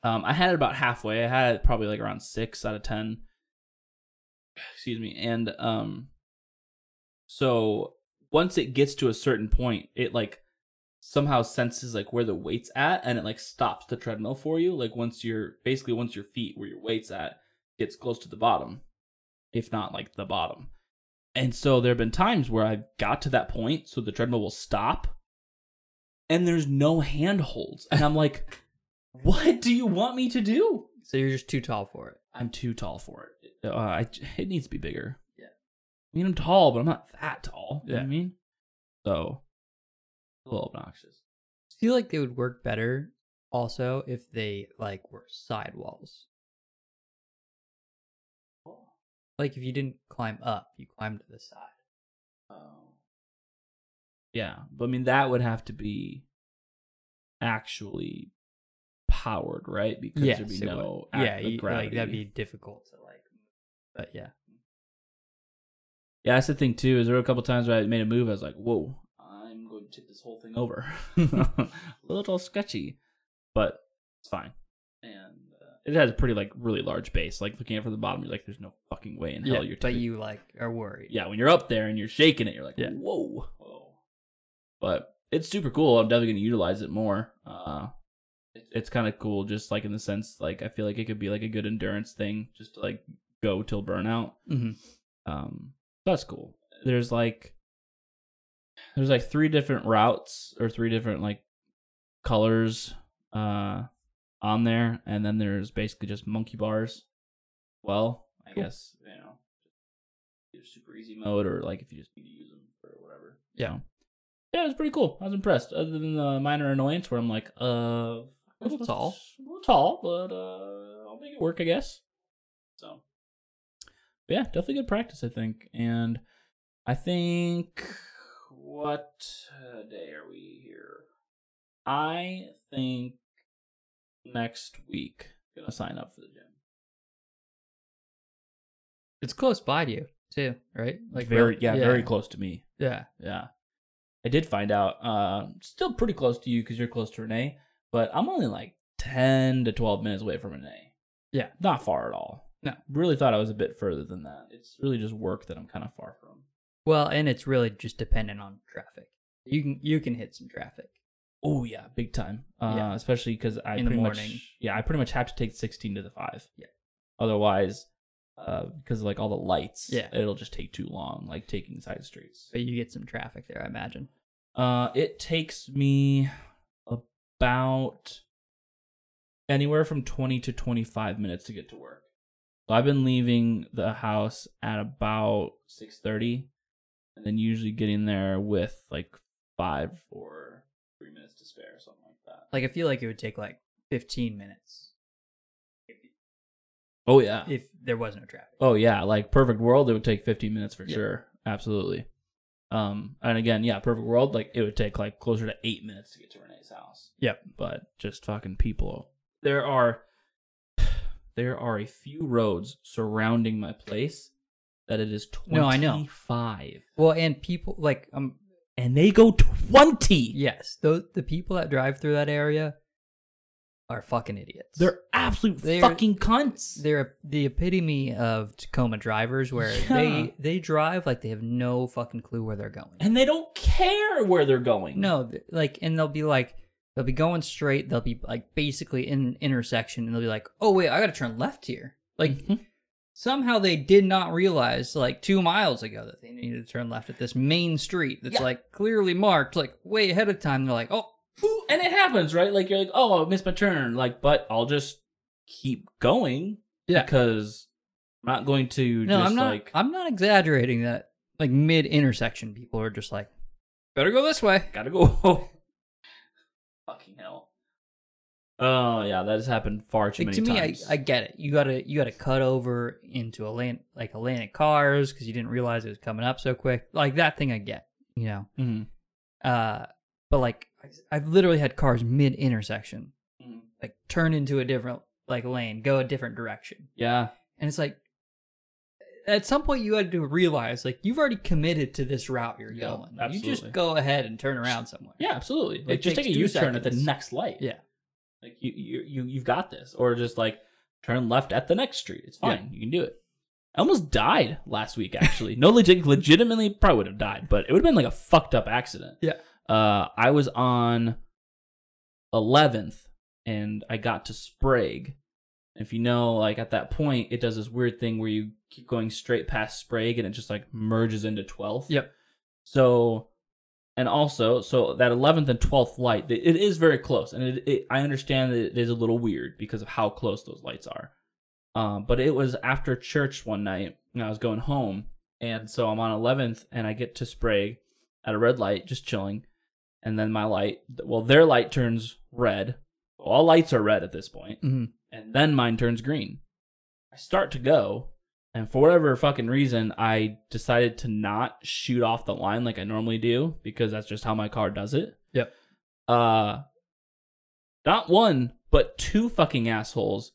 [SPEAKER 1] um, I had it about halfway. I had it probably like around six out of ten. Excuse me, and um, so once it gets to a certain point, it like somehow senses like where the weight's at, and it like stops the treadmill for you. Like once you're basically once your feet where your weight's at gets close to the bottom, if not like the bottom. And so there have been times where I've got to that point, so the treadmill will stop, and there's no handholds, and I'm like, "What do you want me to do?"
[SPEAKER 2] So you're just too tall for it.
[SPEAKER 1] I'm too tall for it. Uh, I, it needs to be bigger.
[SPEAKER 2] Yeah.
[SPEAKER 1] I mean, I'm tall, but I'm not that tall. You know what I
[SPEAKER 2] Yeah.
[SPEAKER 1] mean? So, a little obnoxious.
[SPEAKER 2] I feel like they would work better also if they like were sidewalls. Like if you didn't climb up, you climbed to the side.
[SPEAKER 1] Oh. Yeah, but I mean, that would have to be actually powered, right? Because there'd be
[SPEAKER 2] it would.
[SPEAKER 1] no
[SPEAKER 2] yeah,
[SPEAKER 1] act- like,
[SPEAKER 2] you, like that'd
[SPEAKER 1] gravity.
[SPEAKER 2] be difficult to like. But yeah,
[SPEAKER 1] Yeah, that's the thing too. Is there were a couple times where I made a move, I was like, "Whoa, I'm going to tip this whole thing over." (laughs) a little sketchy, but it's fine. And uh, it has a pretty like really large base. Like looking at it from the bottom, you're like, "There's no fucking way in hell
[SPEAKER 2] yeah,
[SPEAKER 1] you're."
[SPEAKER 2] but
[SPEAKER 1] tipping-
[SPEAKER 2] you like are worried.
[SPEAKER 1] yeah, when you're up there and you're shaking it, you're like,
[SPEAKER 2] Yeah.
[SPEAKER 1] "Whoa, whoa!" But it's super cool. I'm definitely gonna utilize it more. Uh, it, it's kind of cool, just like in the sense, like I feel like it could be like a good endurance thing, just to like go till burnout.
[SPEAKER 2] hmm
[SPEAKER 1] Um, that's cool. There's like there's like three different routes or three different like colors uh on there, and then there's basically just monkey bars. Well, I
[SPEAKER 2] Cool.
[SPEAKER 1] guess you know, either super easy mode or like if you just need to use them or whatever. you
[SPEAKER 2] Yeah.
[SPEAKER 1] know. yeah, it was pretty cool. I was impressed. Other than the minor annoyance where I'm like, uh,
[SPEAKER 2] A little tall.
[SPEAKER 1] a little tall, but uh, I'll make it work, I guess. So, but yeah, definitely good practice, I think. And I think what uh, day are we here? I think next week gonna sign up for the gym.
[SPEAKER 2] It's close by to you too, right?
[SPEAKER 1] Like very,
[SPEAKER 2] rel-
[SPEAKER 1] yeah, very close to me.
[SPEAKER 2] Yeah,
[SPEAKER 1] Yeah, I did find out. Uh, still pretty close to you because you're close to Renee, but I'm only like ten to twelve minutes away from Renee.
[SPEAKER 2] Yeah.
[SPEAKER 1] not far at all.
[SPEAKER 2] No.
[SPEAKER 1] really thought I was a bit further than that. It's really just work that I'm kind of far from.
[SPEAKER 2] well, and it's really just dependent on traffic. You can you can hit some traffic.
[SPEAKER 1] Oh yeah, big time. Uh,
[SPEAKER 2] Yeah.
[SPEAKER 1] especially because I
[SPEAKER 2] In the
[SPEAKER 1] pretty
[SPEAKER 2] morning.
[SPEAKER 1] Much, yeah, I pretty much have to take sixteen to the five.
[SPEAKER 2] Yeah.
[SPEAKER 1] Otherwise, uh, because of like all the lights,
[SPEAKER 2] Yeah.
[SPEAKER 1] it'll just take too long. Like taking side streets.
[SPEAKER 2] But you get some traffic there, I imagine.
[SPEAKER 1] Uh, it takes me about anywhere from 20 to 25 minutes to get to work. So I've been leaving the house at about 6:30 and then usually getting there with like 5 or 3 minutes to spare something like that.
[SPEAKER 2] Like I feel like it would take like 15 minutes
[SPEAKER 1] Oh yeah.
[SPEAKER 2] if there was no traffic.
[SPEAKER 1] Oh yeah, like Perfect World, it would take 15 minutes for
[SPEAKER 2] Yeah.
[SPEAKER 1] sure. Absolutely. Um, and again, yeah, Perfect World, like it would take like closer to eight minutes to get to Renee's house.
[SPEAKER 2] Yep.
[SPEAKER 1] But just fucking people. There are (sighs) there are a few roads surrounding my place that it is twenty
[SPEAKER 2] No, I know.
[SPEAKER 1] five.
[SPEAKER 2] Well, and people like um
[SPEAKER 1] And they go twenty.
[SPEAKER 2] yes, those the people that drive through that area are fucking idiots.
[SPEAKER 1] They're absolute
[SPEAKER 2] They're-
[SPEAKER 1] fucking cunts.
[SPEAKER 2] they're the epitome of Tacoma drivers where
[SPEAKER 1] Yeah.
[SPEAKER 2] they they drive like they have no fucking clue where they're going.
[SPEAKER 1] And they don't care where they're going.
[SPEAKER 2] No, th- like and they'll be like they'll be going straight, they'll be like basically in an intersection and they'll be like, "Oh wait, I got to turn left here." Like
[SPEAKER 1] Mhm.
[SPEAKER 2] somehow they did not realize like two miles ago that they needed to turn left at this main street that's
[SPEAKER 1] Yeah.
[SPEAKER 2] like clearly marked like way ahead of time they're like oh
[SPEAKER 1] Ooh, and it happens, right? Like you're like, oh, I missed my turn. Like, but I'll just keep going.
[SPEAKER 2] Yeah.
[SPEAKER 1] Because I'm not going to
[SPEAKER 2] no
[SPEAKER 1] just
[SPEAKER 2] i'm not
[SPEAKER 1] (laughs) like
[SPEAKER 2] i'm not exaggerating that like mid intersection people are just like better go this way
[SPEAKER 1] gotta go. Fucking hell. Oh yeah, that has happened far too
[SPEAKER 2] Like, to
[SPEAKER 1] many
[SPEAKER 2] me, I,
[SPEAKER 1] times.
[SPEAKER 2] I get it. You gotta you gotta cut over into Atlantic like Atlantic cars because you didn't realize it was coming up so quick. Like that thing, I get. You know,
[SPEAKER 1] Mhm.
[SPEAKER 2] uh, but like I- I've literally had cars mid intersection
[SPEAKER 1] Mhm.
[SPEAKER 2] like turn into a different like lane, go a different direction,
[SPEAKER 1] Yeah,
[SPEAKER 2] and it's like at some point you had to realize like you've already committed to this route you're
[SPEAKER 1] Yeah,
[SPEAKER 2] going. You
[SPEAKER 1] absolutely.
[SPEAKER 2] just go ahead and turn around somewhere.
[SPEAKER 1] yeah, absolutely. Like,
[SPEAKER 2] It
[SPEAKER 1] just
[SPEAKER 2] takes
[SPEAKER 1] take a
[SPEAKER 2] two
[SPEAKER 1] U turn at the
[SPEAKER 2] seconds.
[SPEAKER 1] next light.
[SPEAKER 2] Yeah.
[SPEAKER 1] like you you you you've got this, or just like turn left at the next street. It's fine. You can do it. I almost died last week. Actually, no, legit, (laughs) legitimately, probably would have died, but it would have been like a fucked up accident.
[SPEAKER 2] Yeah.
[SPEAKER 1] Uh, I was on eleventh, and I got to Sprague. If you know, like at that point, it does this weird thing where you keep going straight past Sprague, and it just like merges into twelfth.
[SPEAKER 2] Yep.
[SPEAKER 1] So, and also, so that 11th and 12th light, th- it is very close, and it, it I understand that it is a little weird because of how close those lights are. Um, but it was after church one night, and I was going home, and so I'm on 11th, and I get to Sprague at a red light, just chilling, and then my light, well, their light turns red. All lights are red at this point
[SPEAKER 2] hmm
[SPEAKER 1] and then mine turns green. I start to go, and for whatever fucking reason, I decided to not shoot off the line like I normally do because that's just how my car does it.
[SPEAKER 2] Yep.
[SPEAKER 1] Uh, not one, but two fucking assholes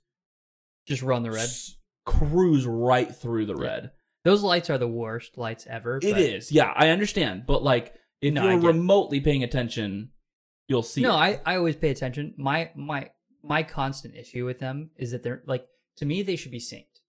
[SPEAKER 2] Just run the red.
[SPEAKER 1] s- cruise right through the
[SPEAKER 2] Yeah.
[SPEAKER 1] red.
[SPEAKER 2] Those lights are the worst lights ever.
[SPEAKER 1] It
[SPEAKER 2] but-
[SPEAKER 1] is, yeah, I understand, but like if
[SPEAKER 2] No, I
[SPEAKER 1] you're
[SPEAKER 2] get it.
[SPEAKER 1] remotely paying attention, you'll see.
[SPEAKER 2] No,
[SPEAKER 1] it.
[SPEAKER 2] I, I always pay attention. My my my constant issue with them is that they're like to me they should be synced.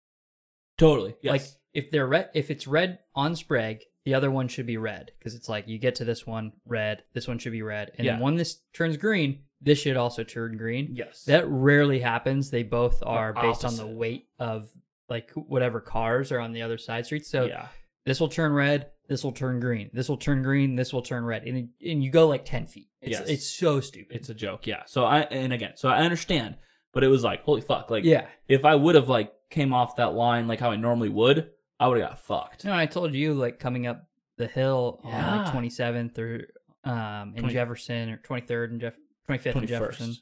[SPEAKER 1] totally
[SPEAKER 2] Like
[SPEAKER 1] yes.
[SPEAKER 2] if they're red, if it's red on Sprague, the other one should be red because it's like you get to this one red, this one should be red, and
[SPEAKER 1] Yeah.
[SPEAKER 2] then when this turns green, this should also turn green.
[SPEAKER 1] yes
[SPEAKER 2] That rarely happens. They both are based on the
[SPEAKER 1] opposite.
[SPEAKER 2] weight of like whatever cars are on the other side streets. So
[SPEAKER 1] yeah
[SPEAKER 2] this will turn red, this will turn green, this will turn green, this will turn red, and and you go like ten feet. It's,
[SPEAKER 1] Yes.
[SPEAKER 2] it's so stupid.
[SPEAKER 1] it's a joke yeah so I and again so I understand but it was like holy fuck like
[SPEAKER 2] yeah.
[SPEAKER 1] if I would have like came off that line like how I normally would, I would have got fucked.
[SPEAKER 2] No, I told you like coming up the hill on
[SPEAKER 1] Yeah.
[SPEAKER 2] like twenty seventh or um in
[SPEAKER 1] Twenty-
[SPEAKER 2] Jefferson or twenty third and Jeff twenty fifth in
[SPEAKER 1] 21st.
[SPEAKER 2] Jefferson.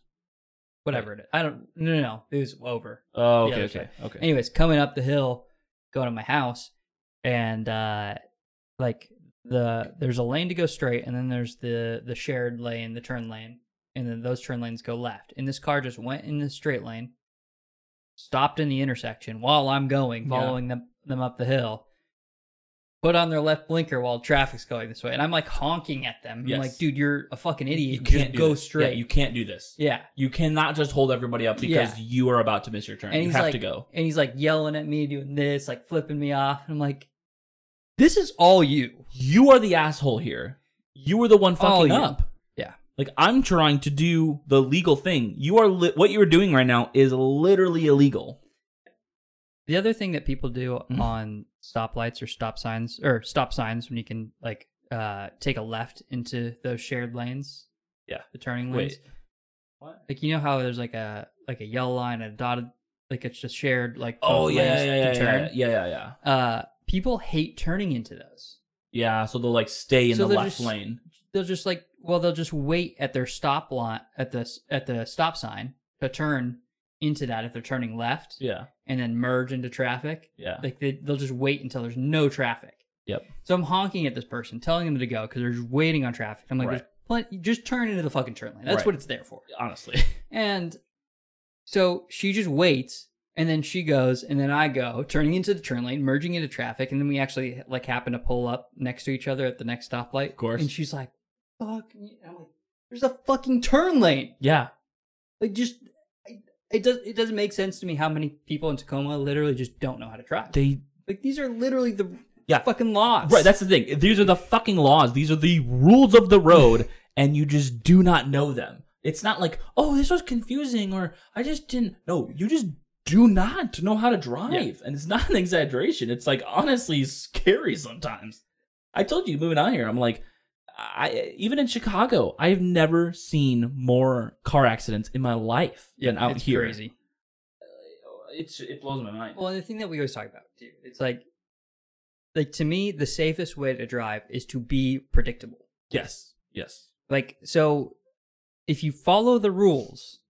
[SPEAKER 2] Whatever it is. I don't no no no. It was over.
[SPEAKER 1] Oh,
[SPEAKER 2] Yeah,
[SPEAKER 1] okay,
[SPEAKER 2] that's
[SPEAKER 1] okay, okay.
[SPEAKER 2] Anyways, coming up the hill, going to my house and uh like the there's a lane to go straight and then there's the the shared lane, the turn lane, and then those turn lanes go left. And this car just went in the straight lane, stopped in the intersection while I'm going,
[SPEAKER 1] Yeah.
[SPEAKER 2] following them them up the hill. Put on their left blinker while traffic's going this way, and I'm like honking at them.
[SPEAKER 1] Yes.
[SPEAKER 2] I'm like, dude, you're a fucking
[SPEAKER 1] you
[SPEAKER 2] idiot. Just
[SPEAKER 1] can't do
[SPEAKER 2] go
[SPEAKER 1] this.
[SPEAKER 2] straight.
[SPEAKER 1] Yeah, you can't do this.
[SPEAKER 2] yeah.
[SPEAKER 1] You cannot just hold everybody up because
[SPEAKER 2] Yeah.
[SPEAKER 1] you are about to miss your turn.
[SPEAKER 2] And
[SPEAKER 1] you
[SPEAKER 2] he's
[SPEAKER 1] have
[SPEAKER 2] like-
[SPEAKER 1] to go.
[SPEAKER 2] and he's like yelling at me, doing this, like flipping me off. And I'm like, this is all you.
[SPEAKER 1] You are the asshole here. You were the one fucking
[SPEAKER 2] you.
[SPEAKER 1] up.
[SPEAKER 2] Oh, Yeah.
[SPEAKER 1] Like I'm trying to do the legal thing. You are li- what you're doing right now is literally illegal.
[SPEAKER 2] The other thing that people do
[SPEAKER 1] Mhm.
[SPEAKER 2] on stoplights or stop signs or stop signs when you can like uh take a left into those shared lanes.
[SPEAKER 1] Yeah.
[SPEAKER 2] The turning lanes.
[SPEAKER 1] Wait. What?
[SPEAKER 2] Like you know how there's like a like a yellow line and a dotted like it's just shared like
[SPEAKER 1] Oh
[SPEAKER 2] both
[SPEAKER 1] yeah, yeah,
[SPEAKER 2] lanes to
[SPEAKER 1] yeah,
[SPEAKER 2] turn.
[SPEAKER 1] yeah, yeah, yeah, yeah.
[SPEAKER 2] Uh people hate turning into those.
[SPEAKER 1] Yeah, so they'll like stay in
[SPEAKER 2] So
[SPEAKER 1] the
[SPEAKER 2] they're
[SPEAKER 1] left
[SPEAKER 2] just-
[SPEAKER 1] lane.
[SPEAKER 2] they'll just like well they'll just wait at their stop line at the s- at the stop sign to turn into that if they're turning left
[SPEAKER 1] Yeah,
[SPEAKER 2] and then merge into traffic
[SPEAKER 1] yeah.
[SPEAKER 2] like they, they'll just wait until there's no traffic
[SPEAKER 1] Yep.
[SPEAKER 2] so i'm honking at this person telling them to go because they're just waiting on traffic i'm like
[SPEAKER 1] Right.
[SPEAKER 2] there's plenty just turn into the fucking turn lane that's
[SPEAKER 1] Right.
[SPEAKER 2] what it's there for
[SPEAKER 1] Honestly, (laughs)
[SPEAKER 2] and so she just waits and then she goes and then I go turning into the turn lane, merging into traffic, and then we actually like happen to pull up next to each other at the next stoplight. Of
[SPEAKER 1] course.
[SPEAKER 2] And she's like, fuck me." I'm like, there's a fucking turn lane.
[SPEAKER 1] yeah.
[SPEAKER 2] Like just I- it does it doesn't make sense to me how many people in Tacoma literally just don't know how to drive.
[SPEAKER 1] They
[SPEAKER 2] like these are literally the
[SPEAKER 1] Yeah.
[SPEAKER 2] fucking laws.
[SPEAKER 1] Right, that's the thing. These are the fucking laws. These are the rules of the (laughs) road, and you just do not know them. It's not like, oh, this was confusing, or I just didn't. No, you just do not know how to drive, and it's not an exaggeration. It's like honestly scary sometimes. I told you moving out here, I'm like, I even in Chicago, I've never seen more car accidents in my life than out
[SPEAKER 2] it's
[SPEAKER 1] here.
[SPEAKER 2] crazy.
[SPEAKER 1] It's it blows my mind.
[SPEAKER 2] Well, the thing that we always talk about too, it's like, like to me, the safest way to drive is to be predictable.
[SPEAKER 1] yes, yes,
[SPEAKER 2] Like, so if you follow the rules,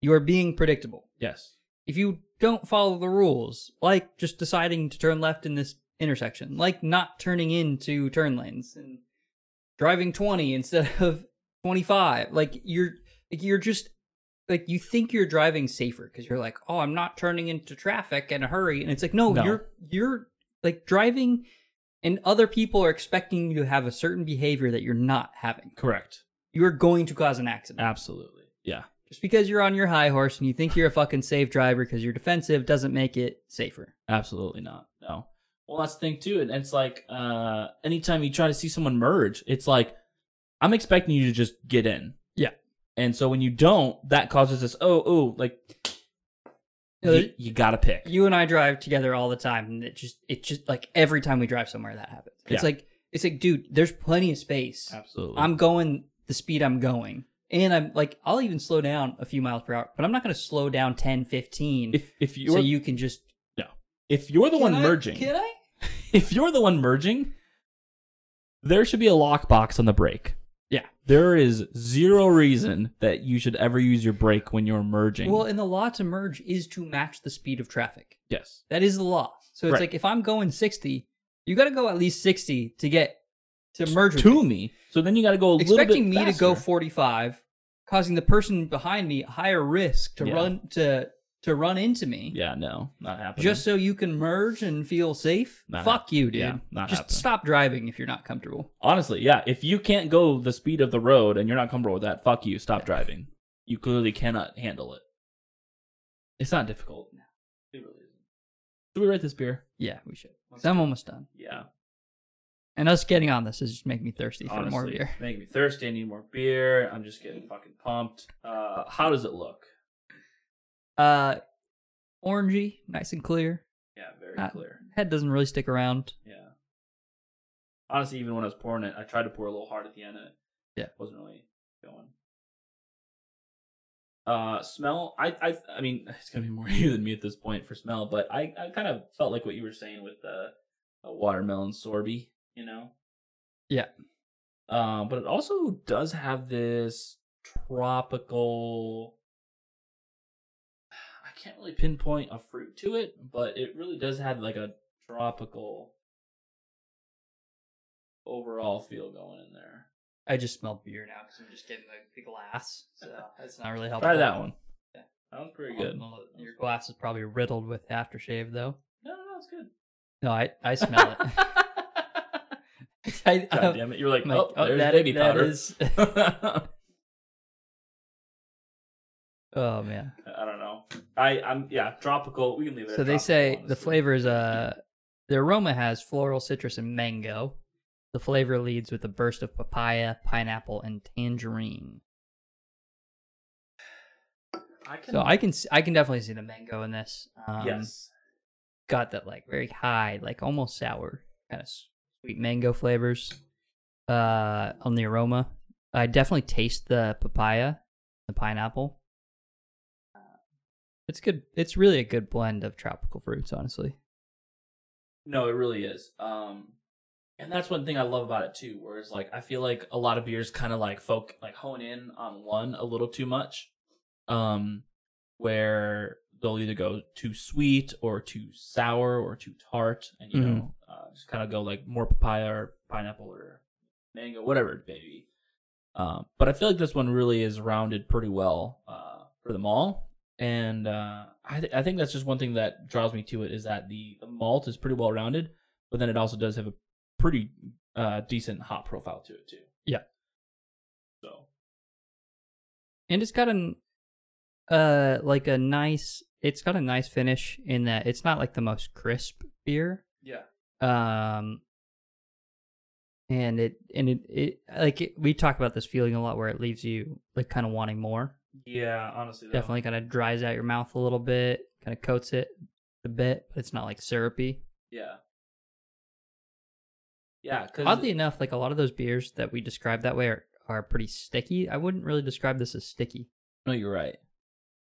[SPEAKER 2] You are being predictable.
[SPEAKER 1] Yes.
[SPEAKER 2] If you don't follow the rules, like just deciding to turn left in this intersection, like not turning into turn lanes and driving 20 instead (laughs) of 25, like you're like you're just like you think you're driving safer because you're like, "Oh, I'm not turning into traffic in a hurry." And it's like, "No,
[SPEAKER 1] No.
[SPEAKER 2] you're you're like driving and other people are expecting you to have a certain behavior that you're not having.
[SPEAKER 1] Correct.
[SPEAKER 2] You're going to cause an accident."
[SPEAKER 1] Absolutely. Yeah.
[SPEAKER 2] Just because you're on your high horse and you think you're a fucking safe driver because you're defensive doesn't make it safer.
[SPEAKER 1] Absolutely not. No. Well, that's the thing too, and it's like uh anytime you try to see someone merge, it's like I'm expecting you to just get in.
[SPEAKER 2] Yeah.
[SPEAKER 1] And so when you don't, that causes this. Oh, oh, like
[SPEAKER 2] No,
[SPEAKER 1] you, you gotta pick.
[SPEAKER 2] You and I drive together all the time, and it just it just like every time we drive somewhere that happens. It's
[SPEAKER 1] Yeah.
[SPEAKER 2] like it's like, dude, there's plenty of space.
[SPEAKER 1] Absolutely.
[SPEAKER 2] I'm going the speed I'm going. And I'm like, I'll even slow down a few miles per hour, but I'm not going to slow down 10, 15
[SPEAKER 1] if if you're
[SPEAKER 2] so you can just.
[SPEAKER 1] if you're the one
[SPEAKER 2] Can I-
[SPEAKER 1] merging,
[SPEAKER 2] Can I?
[SPEAKER 1] (laughs) if you're the one merging, there should be a lockbox on the brake.
[SPEAKER 2] Yeah.
[SPEAKER 1] There is zero reason that you should ever use your brake when you're merging.
[SPEAKER 2] Well, and the law to merge is to match the speed of traffic.
[SPEAKER 1] yes.
[SPEAKER 2] That is the law. So it's
[SPEAKER 1] Right.
[SPEAKER 2] like if I'm going 60, you got to go at least 60 to get to merge with
[SPEAKER 1] To me. So then you got to go a little
[SPEAKER 2] Expecting
[SPEAKER 1] bit
[SPEAKER 2] me to go
[SPEAKER 1] faster.
[SPEAKER 2] 45, causing the person behind me a higher risk to
[SPEAKER 1] Yeah.
[SPEAKER 2] run to to run into me.
[SPEAKER 1] Yeah, no, not happening.
[SPEAKER 2] Just so you can merge and feel safe?
[SPEAKER 1] Not
[SPEAKER 2] Fuck you, dude.
[SPEAKER 1] yeah, not
[SPEAKER 2] Just
[SPEAKER 1] happening.
[SPEAKER 2] stop driving if you're not comfortable.
[SPEAKER 1] honestly, yeah. If you can't go the speed of the road and you're not comfortable with that, fuck you. Stop driving. You clearly cannot handle it. It's not difficult. It really isn't. Should we rate this beer?
[SPEAKER 2] Yeah, we should.
[SPEAKER 1] Let's
[SPEAKER 2] 'Cause I'm almost done.
[SPEAKER 1] Yeah,
[SPEAKER 2] And us getting on this is just making me thirsty for more beer.
[SPEAKER 1] Making me thirsty. I need more beer. I'm just getting fucking pumped. Uh, how does it look?
[SPEAKER 2] Uh orangey, nice and clear.
[SPEAKER 1] Yeah, very
[SPEAKER 2] Uh,
[SPEAKER 1] clear.
[SPEAKER 2] Head doesn't really stick around.
[SPEAKER 1] Yeah. Honestly, even when I was pouring it, I tried to pour a little hard at the end. And it
[SPEAKER 2] Yeah.
[SPEAKER 1] wasn't really going. Uh, smell. I, I, I mean, (laughs) it's gonna be more you than me at this point for smell, but I, I kind of felt like what you were saying with the, uh watermelon sorbet, you know.
[SPEAKER 2] Yeah.
[SPEAKER 1] Uh, but it also does have this tropical. (sighs) I can't really pinpoint a fruit to it, but it really does have like a tropical overall feel going in there.
[SPEAKER 2] I just smell beer now because I'm just getting like the glass, so that's not really helpful.
[SPEAKER 1] Try that one.
[SPEAKER 2] Yeah.
[SPEAKER 1] That one's pretty good. No,
[SPEAKER 2] Although Your glass is probably riddled with aftershave, though.
[SPEAKER 1] no, no, it's good.
[SPEAKER 2] No, I, I smell it. (laughs) I,
[SPEAKER 1] God damn it! You're like,
[SPEAKER 2] I'm
[SPEAKER 1] oh, there's
[SPEAKER 2] that-
[SPEAKER 1] baby
[SPEAKER 2] that
[SPEAKER 1] powder.
[SPEAKER 2] is-
[SPEAKER 1] (laughs)
[SPEAKER 2] oh man.
[SPEAKER 1] I don't know. I, I'm yeah, tropical. We can leave it.
[SPEAKER 2] So
[SPEAKER 1] at
[SPEAKER 2] they
[SPEAKER 1] tropical,
[SPEAKER 2] say the
[SPEAKER 1] honestly.
[SPEAKER 2] flavor is uh, the aroma has floral, citrus, and mango. The flavor leads with a burst of papaya, pineapple, and tangerine.
[SPEAKER 1] I can,
[SPEAKER 2] So I can s- I can definitely see the mango in this. Um,
[SPEAKER 1] Hmm. yes,
[SPEAKER 2] got that like very high, like almost sour kind of sweet mango flavors uh, on the aroma. I definitely taste the papaya, the pineapple. Uh, It's good. It's really a good blend of tropical fruits, honestly.
[SPEAKER 1] no, it really is. Um, and that's one thing I love about it too. Whereas like I feel like a lot of beers kind of like folk like hone in on one a little too much. Um, where they'll either go too sweet or too sour or too tart, and you
[SPEAKER 2] Mhm.
[SPEAKER 1] know, uh, just kind of go like more papaya or pineapple or mango, whatever it may be. Um, but I feel like this one really is rounded pretty well uh, for them all, and uh, I th- I think that's just one thing that draws me to it is that the, the malt is pretty well rounded, but then it also does have a pretty uh, decent hop profile to it too.
[SPEAKER 2] Yeah.
[SPEAKER 1] So
[SPEAKER 2] and it's got an uh like a nice. It's got a nice finish in that it's not like the most crisp beer,
[SPEAKER 1] yeah,
[SPEAKER 2] um and it and it, it like it, we talk about this feeling a lot where it leaves you like kind of wanting more
[SPEAKER 1] yeah, honestly,
[SPEAKER 2] definitely kind of dries out your mouth a little bit kind of coats it a bit but it's not like syrupy
[SPEAKER 1] yeah, yeah. Cause
[SPEAKER 2] oddly enough like a lot of those beers that we describe that way are, are pretty sticky i wouldn't really describe this as sticky
[SPEAKER 1] no, you're right.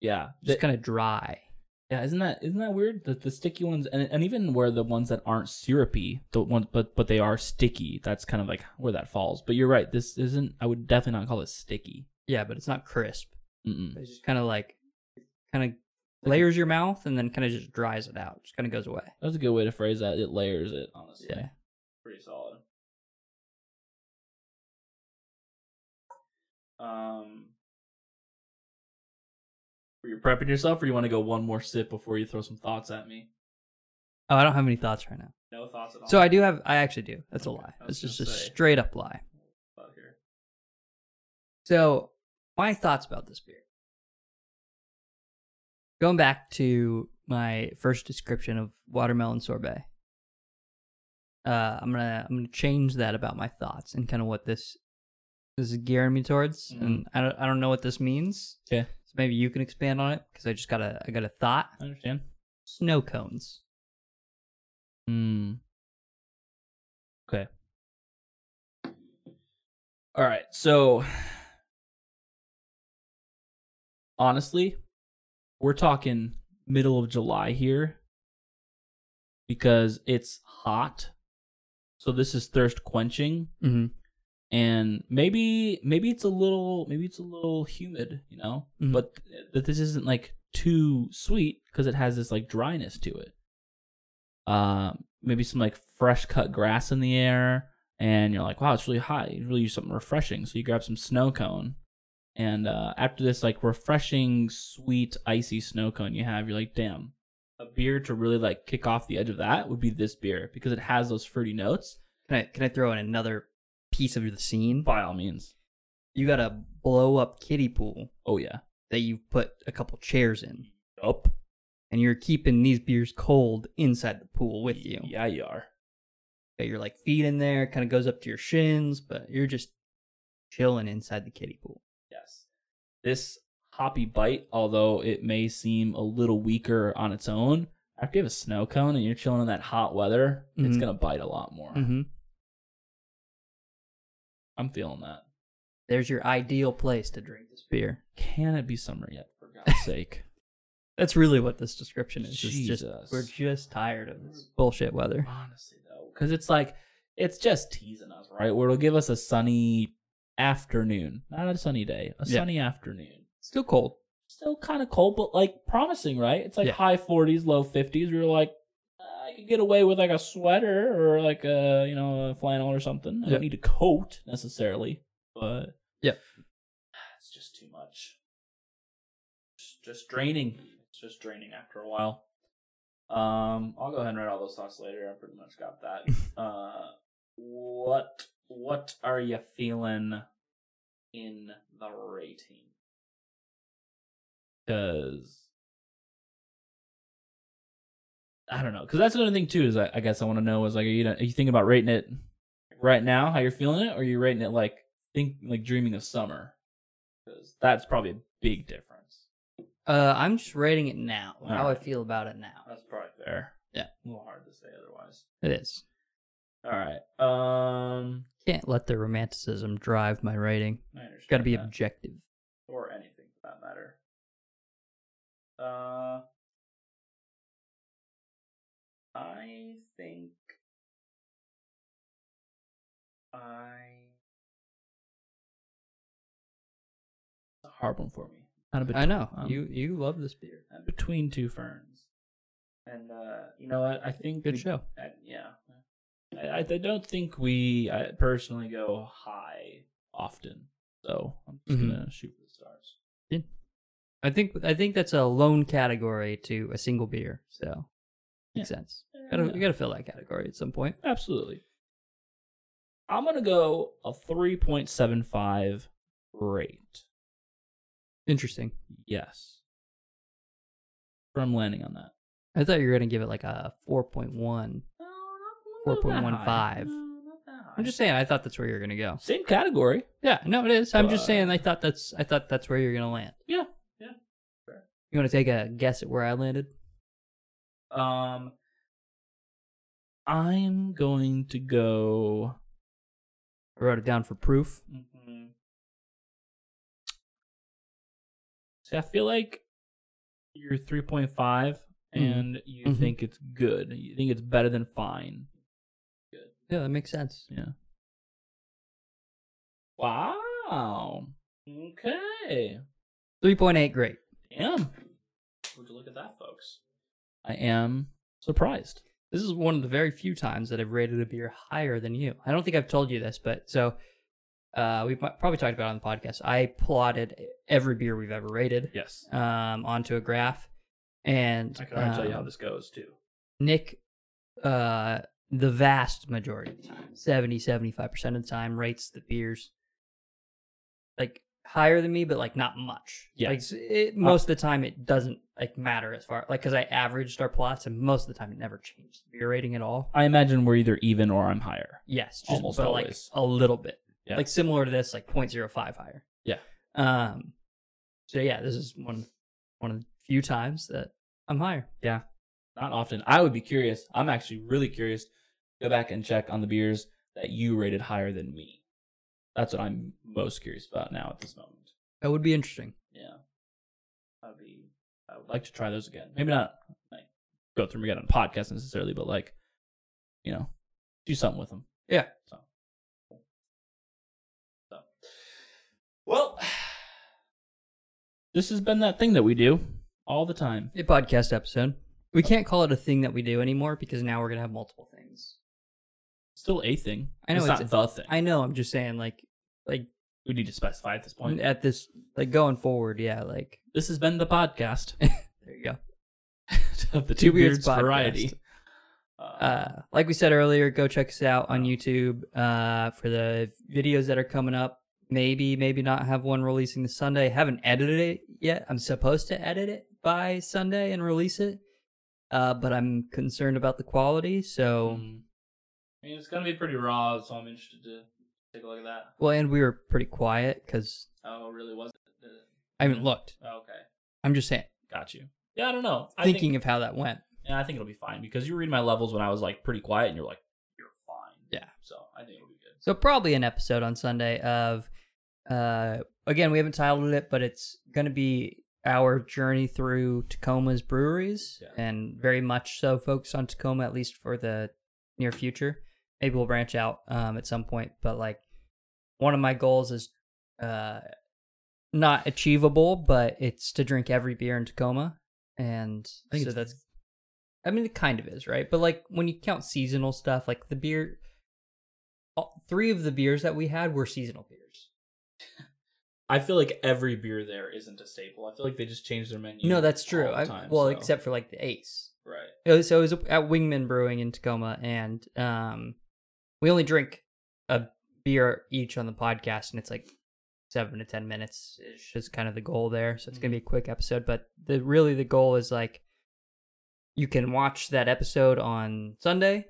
[SPEAKER 1] Yeah,
[SPEAKER 2] just kind of dry
[SPEAKER 1] Yeah, isn't that isn't that weird? The the sticky ones and and even where the ones that aren't syrupy, the ones but but they are sticky, that's kind of like where that falls. But you're right, this isn't I would definitely not call it sticky.
[SPEAKER 2] yeah but it's not crisp
[SPEAKER 1] Mm-mm.
[SPEAKER 2] it's just kind of like kind of layers your mouth and then kind of just dries it out. Just kind of goes away.
[SPEAKER 1] That's a good way to phrase that. It layers it.
[SPEAKER 3] honestly.
[SPEAKER 2] Yeah.
[SPEAKER 3] Pretty solid. Um,
[SPEAKER 1] Are you prepping yourself, or you want to go one more sip before you throw some thoughts at me?
[SPEAKER 2] Oh, I don't have any thoughts right now.
[SPEAKER 3] no thoughts at all.
[SPEAKER 2] So I do have. I actually do. That's a
[SPEAKER 3] Okay,
[SPEAKER 2] lie.
[SPEAKER 3] I
[SPEAKER 2] It's
[SPEAKER 3] was
[SPEAKER 2] just a
[SPEAKER 3] gonna say.
[SPEAKER 2] straight up lie.
[SPEAKER 3] Fuck here.
[SPEAKER 2] So, my thoughts about this beer. Going back to my first description of watermelon sorbet. Uh, I'm gonna I'm gonna change that about my thoughts and kind of what this this is gearing me towards,
[SPEAKER 3] Mm-hmm.
[SPEAKER 1] Mhm.
[SPEAKER 2] and I don't I don't know what this means.
[SPEAKER 1] Okay.
[SPEAKER 2] so maybe you can expand on it because I just got a I got a thought.
[SPEAKER 1] I understand.
[SPEAKER 2] Snow cones.
[SPEAKER 1] Hmm. Okay. All right. So, honestly, we're talking middle of July here because it's hot. So this is thirst quenching,
[SPEAKER 2] Mm-hmm.
[SPEAKER 1] and maybe maybe it's a little maybe it's a little humid, you know.
[SPEAKER 2] Mhm.
[SPEAKER 1] But that this isn't like too sweet because it has this like dryness to it. Uh, maybe some like fresh cut grass in the air, and you're like, wow, it's really hot. You really use something refreshing, so you grab some snow cone. And uh, after this like refreshing, sweet, icy snow cone you have, you're like, damn, a beer to really like kick off the edge of that would be this beer because it has those fruity notes.
[SPEAKER 2] Can I can I throw in another piece of the scene?
[SPEAKER 1] By all means,
[SPEAKER 2] You got a blow up kiddie pool
[SPEAKER 1] oh yeah,
[SPEAKER 2] that you put a couple chairs in.
[SPEAKER 1] yup,
[SPEAKER 2] and you're keeping these beers cold inside the pool with you.
[SPEAKER 1] yeah, you are.
[SPEAKER 2] But you're like feet in there, kind of goes up to your shins, but you're just chilling inside the kiddie pool.
[SPEAKER 1] Yes. This hoppy bite, although it may seem a little weaker on its own, after you have a snow cone and you're chilling in that hot weather, it's
[SPEAKER 2] Mhm.
[SPEAKER 1] going to bite a lot more.
[SPEAKER 2] Mm-hmm.
[SPEAKER 1] I'm feeling that.
[SPEAKER 2] There's your ideal place to drink this beer.
[SPEAKER 1] Can it be summer yet, for
[SPEAKER 2] (laughs)
[SPEAKER 1] God's sake?
[SPEAKER 2] That's really what this description is. It's just-
[SPEAKER 1] Jesus.
[SPEAKER 2] we're just tired of this bullshit weather.
[SPEAKER 1] Honestly, though, because it's like, it's just teasing us, right? Where it'll give us a sunny afternoon, not a sunny day, a
[SPEAKER 2] Yeah.
[SPEAKER 1] sunny afternoon.
[SPEAKER 2] Still cold.
[SPEAKER 1] Still kind of cold, but like promising, right? It's like
[SPEAKER 2] Yeah.
[SPEAKER 1] high 40s, low 50s. We were like, "Uh, I could get away with like a sweater or like a you know a flannel or something. I
[SPEAKER 2] Yep.
[SPEAKER 1] don't need a coat necessarily, but
[SPEAKER 2] Yep.
[SPEAKER 1] it's just too much. It's just draining.
[SPEAKER 3] It's just draining after a while. Um, I'll go ahead and write all those thoughts later. I pretty much got that. uh, what what are you feeling in the rating?
[SPEAKER 1] because I don't know. Because that's another thing too. Is I, I guess I want to know is like, are you are you thinking about rating it right now? How you're feeling it, or are you rating it like think like dreaming of summer? Because that's probably a big difference.
[SPEAKER 2] Uh, I'm just rating it now, how I
[SPEAKER 1] Alright.
[SPEAKER 2] feel about it now.
[SPEAKER 3] That's probably fair.
[SPEAKER 1] There,
[SPEAKER 2] Yeah.
[SPEAKER 3] A little hard to say otherwise.
[SPEAKER 2] It is.
[SPEAKER 3] All right. Um,
[SPEAKER 2] Can't let the romanticism drive my rating.
[SPEAKER 3] I understand.
[SPEAKER 2] Gotta be
[SPEAKER 3] that.
[SPEAKER 2] objective.
[SPEAKER 3] or anything for that matter. Uh, I think I.
[SPEAKER 1] it's a hard one for me. Kind of
[SPEAKER 2] I know.
[SPEAKER 1] um,
[SPEAKER 2] you you love this beer.
[SPEAKER 3] I'm between
[SPEAKER 1] between two ferns.
[SPEAKER 3] ferns, and uh, you know what? I think
[SPEAKER 2] Good
[SPEAKER 3] we-
[SPEAKER 2] show.
[SPEAKER 3] I, yeah, I, I I don't think we I personally go high often, so I'm just
[SPEAKER 2] Mhm.
[SPEAKER 3] gonna shoot for the stars.
[SPEAKER 2] I think I think that's a lone category to a single beer, so makes sense. Gotta, You gotta fill that category at some point.
[SPEAKER 1] uh, Absolutely. I'm gonna go a three point seven five rate.
[SPEAKER 2] Interesting.
[SPEAKER 1] Yes. From landing on that.
[SPEAKER 2] I thought you were gonna give it like a four point one.
[SPEAKER 3] No,
[SPEAKER 2] Oh, not- not that high. 4.15.
[SPEAKER 3] No, not that high.
[SPEAKER 2] I'm just saying. I thought that's where you're gonna go.
[SPEAKER 1] Same category.
[SPEAKER 2] Yeah, no, it is. I'm just
[SPEAKER 1] Uh,
[SPEAKER 2] saying. I thought that's. I thought that's where you're gonna land.
[SPEAKER 1] Yeah,
[SPEAKER 3] yeah. Fair.
[SPEAKER 2] You want to take a guess at where I landed?
[SPEAKER 3] um.
[SPEAKER 1] I'm going to go
[SPEAKER 2] I wrote it down for proof.
[SPEAKER 1] Mm-hmm.
[SPEAKER 3] hmm
[SPEAKER 1] see I feel like you're three point five
[SPEAKER 4] Mm-hmm.
[SPEAKER 1] and you
[SPEAKER 2] Mhm.
[SPEAKER 1] think it's good. You think it's better than fine.
[SPEAKER 2] Yeah, that makes sense.
[SPEAKER 1] Yeah. Wow. Okay.
[SPEAKER 2] Three point eight, great.
[SPEAKER 1] Damn.
[SPEAKER 4] look at that, folks.
[SPEAKER 1] I am surprised.
[SPEAKER 2] This is one of the very few times that I've rated a beer higher than you. I don't think I've told you this, but so uh, we've probably talked about it on the podcast. I plotted every beer we've ever rated
[SPEAKER 4] Yes.
[SPEAKER 2] um, onto a graph, and
[SPEAKER 4] I can
[SPEAKER 1] Uh,
[SPEAKER 4] already tell you how
[SPEAKER 2] um,
[SPEAKER 4] this goes, too.
[SPEAKER 2] Nick, uh, the vast majority of the time, 70, 75% of the time, rates the beers like higher than me, but like not much.
[SPEAKER 1] Yeah.
[SPEAKER 2] Like s- it,
[SPEAKER 4] Uh,
[SPEAKER 2] most of the time, it doesn't like matter as far, like, cause I averaged our plots and most of the time it never changed the beer rating at all.
[SPEAKER 1] I imagine we're either even or I'm higher.
[SPEAKER 2] Yes. Just,
[SPEAKER 1] Almost
[SPEAKER 2] but
[SPEAKER 1] always.
[SPEAKER 2] like a little bit.
[SPEAKER 1] Yeah.
[SPEAKER 2] Like similar to this, like 0.05 higher.
[SPEAKER 1] Yeah.
[SPEAKER 2] Um, so yeah, this is one, one of the few times that I'm higher.
[SPEAKER 1] Not often. I would be curious. I'm actually really curious. to Go back and check on the beers that you rated higher than me. That's what I'm most curious about now at this moment.
[SPEAKER 2] That would be interesting.
[SPEAKER 4] Yeah. That'd be. I would
[SPEAKER 1] I'd like to try those again. Maybe not like go through them again on podcast necessarily, but like, you know, do something with them.
[SPEAKER 4] So. Well,
[SPEAKER 1] (sighs) This has been that thing that we do all the time.
[SPEAKER 2] a podcast episode. We can't call it a thing that we do anymore because now we're gonna have multiple things.
[SPEAKER 1] Still a thing.
[SPEAKER 2] I know,
[SPEAKER 1] it's,
[SPEAKER 2] it's-
[SPEAKER 1] not the thing.
[SPEAKER 2] I know. I'm just saying, like, like
[SPEAKER 1] we need to specify at this point.
[SPEAKER 2] at this, like going forward, yeah. Like
[SPEAKER 1] This has been the podcast (laughs)
[SPEAKER 2] there you go.
[SPEAKER 1] of the
[SPEAKER 2] Two
[SPEAKER 1] two
[SPEAKER 2] Beards
[SPEAKER 1] beards variety.
[SPEAKER 2] Uh, like we said earlier, go check us out on YouTube uh, for the videos that are coming up. Maybe, maybe not have one releasing this Sunday. Haven't edited it yet. I'm supposed to edit it by Sunday and release it, uh, but I'm concerned about the quality. So.
[SPEAKER 1] Mm.
[SPEAKER 4] I mean, it's gonna be pretty raw, so I'm interested to take a look at that.
[SPEAKER 2] Well, and we were pretty quiet because
[SPEAKER 4] Oh, it really wasn't. Uh,
[SPEAKER 2] I haven't looked.
[SPEAKER 4] okay,
[SPEAKER 2] I'm just saying,
[SPEAKER 1] oh, Got you. Yeah, I don't know. I
[SPEAKER 2] thinking
[SPEAKER 1] think,
[SPEAKER 2] of how that went.
[SPEAKER 1] yeah, I think it'll be fine because you read my levels when I was like pretty quiet, and you're like,
[SPEAKER 4] you're fine.
[SPEAKER 2] Yeah.
[SPEAKER 4] So I think it'll be good.
[SPEAKER 2] So probably an episode on Sunday of, uh, again we haven't titled it, but it's gonna be our journey through Tacoma's breweries,
[SPEAKER 1] Yeah.
[SPEAKER 2] and very much so focused on Tacoma at least for the near future. Maybe we'll branch out um, at some point, but like one of my goals is uh, not achievable, but it's to drink every beer in Tacoma, and
[SPEAKER 1] I think
[SPEAKER 2] so
[SPEAKER 1] it's-
[SPEAKER 2] that's. I mean, it kind of is right, but like when you count seasonal stuff, like the beer all, three of the beers that we had were seasonal beers.
[SPEAKER 1] I feel like every beer there isn't a staple. I feel like they just change their menu.
[SPEAKER 2] no, that's true.
[SPEAKER 1] all the
[SPEAKER 2] I,
[SPEAKER 1] time,
[SPEAKER 2] well,
[SPEAKER 1] so-
[SPEAKER 2] except for like the Ace.
[SPEAKER 4] Right.
[SPEAKER 2] It was, so it was at Wingman Brewing in Tacoma, and um, we only drink a beer each on the podcast, and it's like seven to ten minutes is just kind of the goal there. So it's gonna be a quick episode, but the really the goal is like you can watch that episode on Sunday,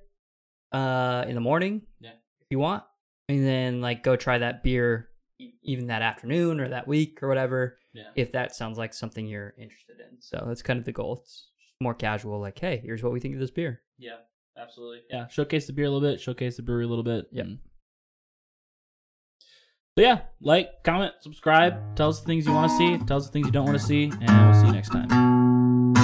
[SPEAKER 2] uh, in the morning,
[SPEAKER 1] Yeah.
[SPEAKER 2] if you want, and then like go try that beer e- even that afternoon or that week or whatever
[SPEAKER 1] Yeah.
[SPEAKER 2] if that sounds like something you're interested in. So that's kind of the goal. It's more casual, like, hey, here's what we think of this beer.
[SPEAKER 4] Yeah. Absolutely.
[SPEAKER 1] yeah, showcase the beer a little bit, showcase the brewery a little bit.
[SPEAKER 2] Yep.
[SPEAKER 1] and- So yeah, like, comment, subscribe, tell us the things you want to see, tell us the things you don't want to see, and we'll see you next time.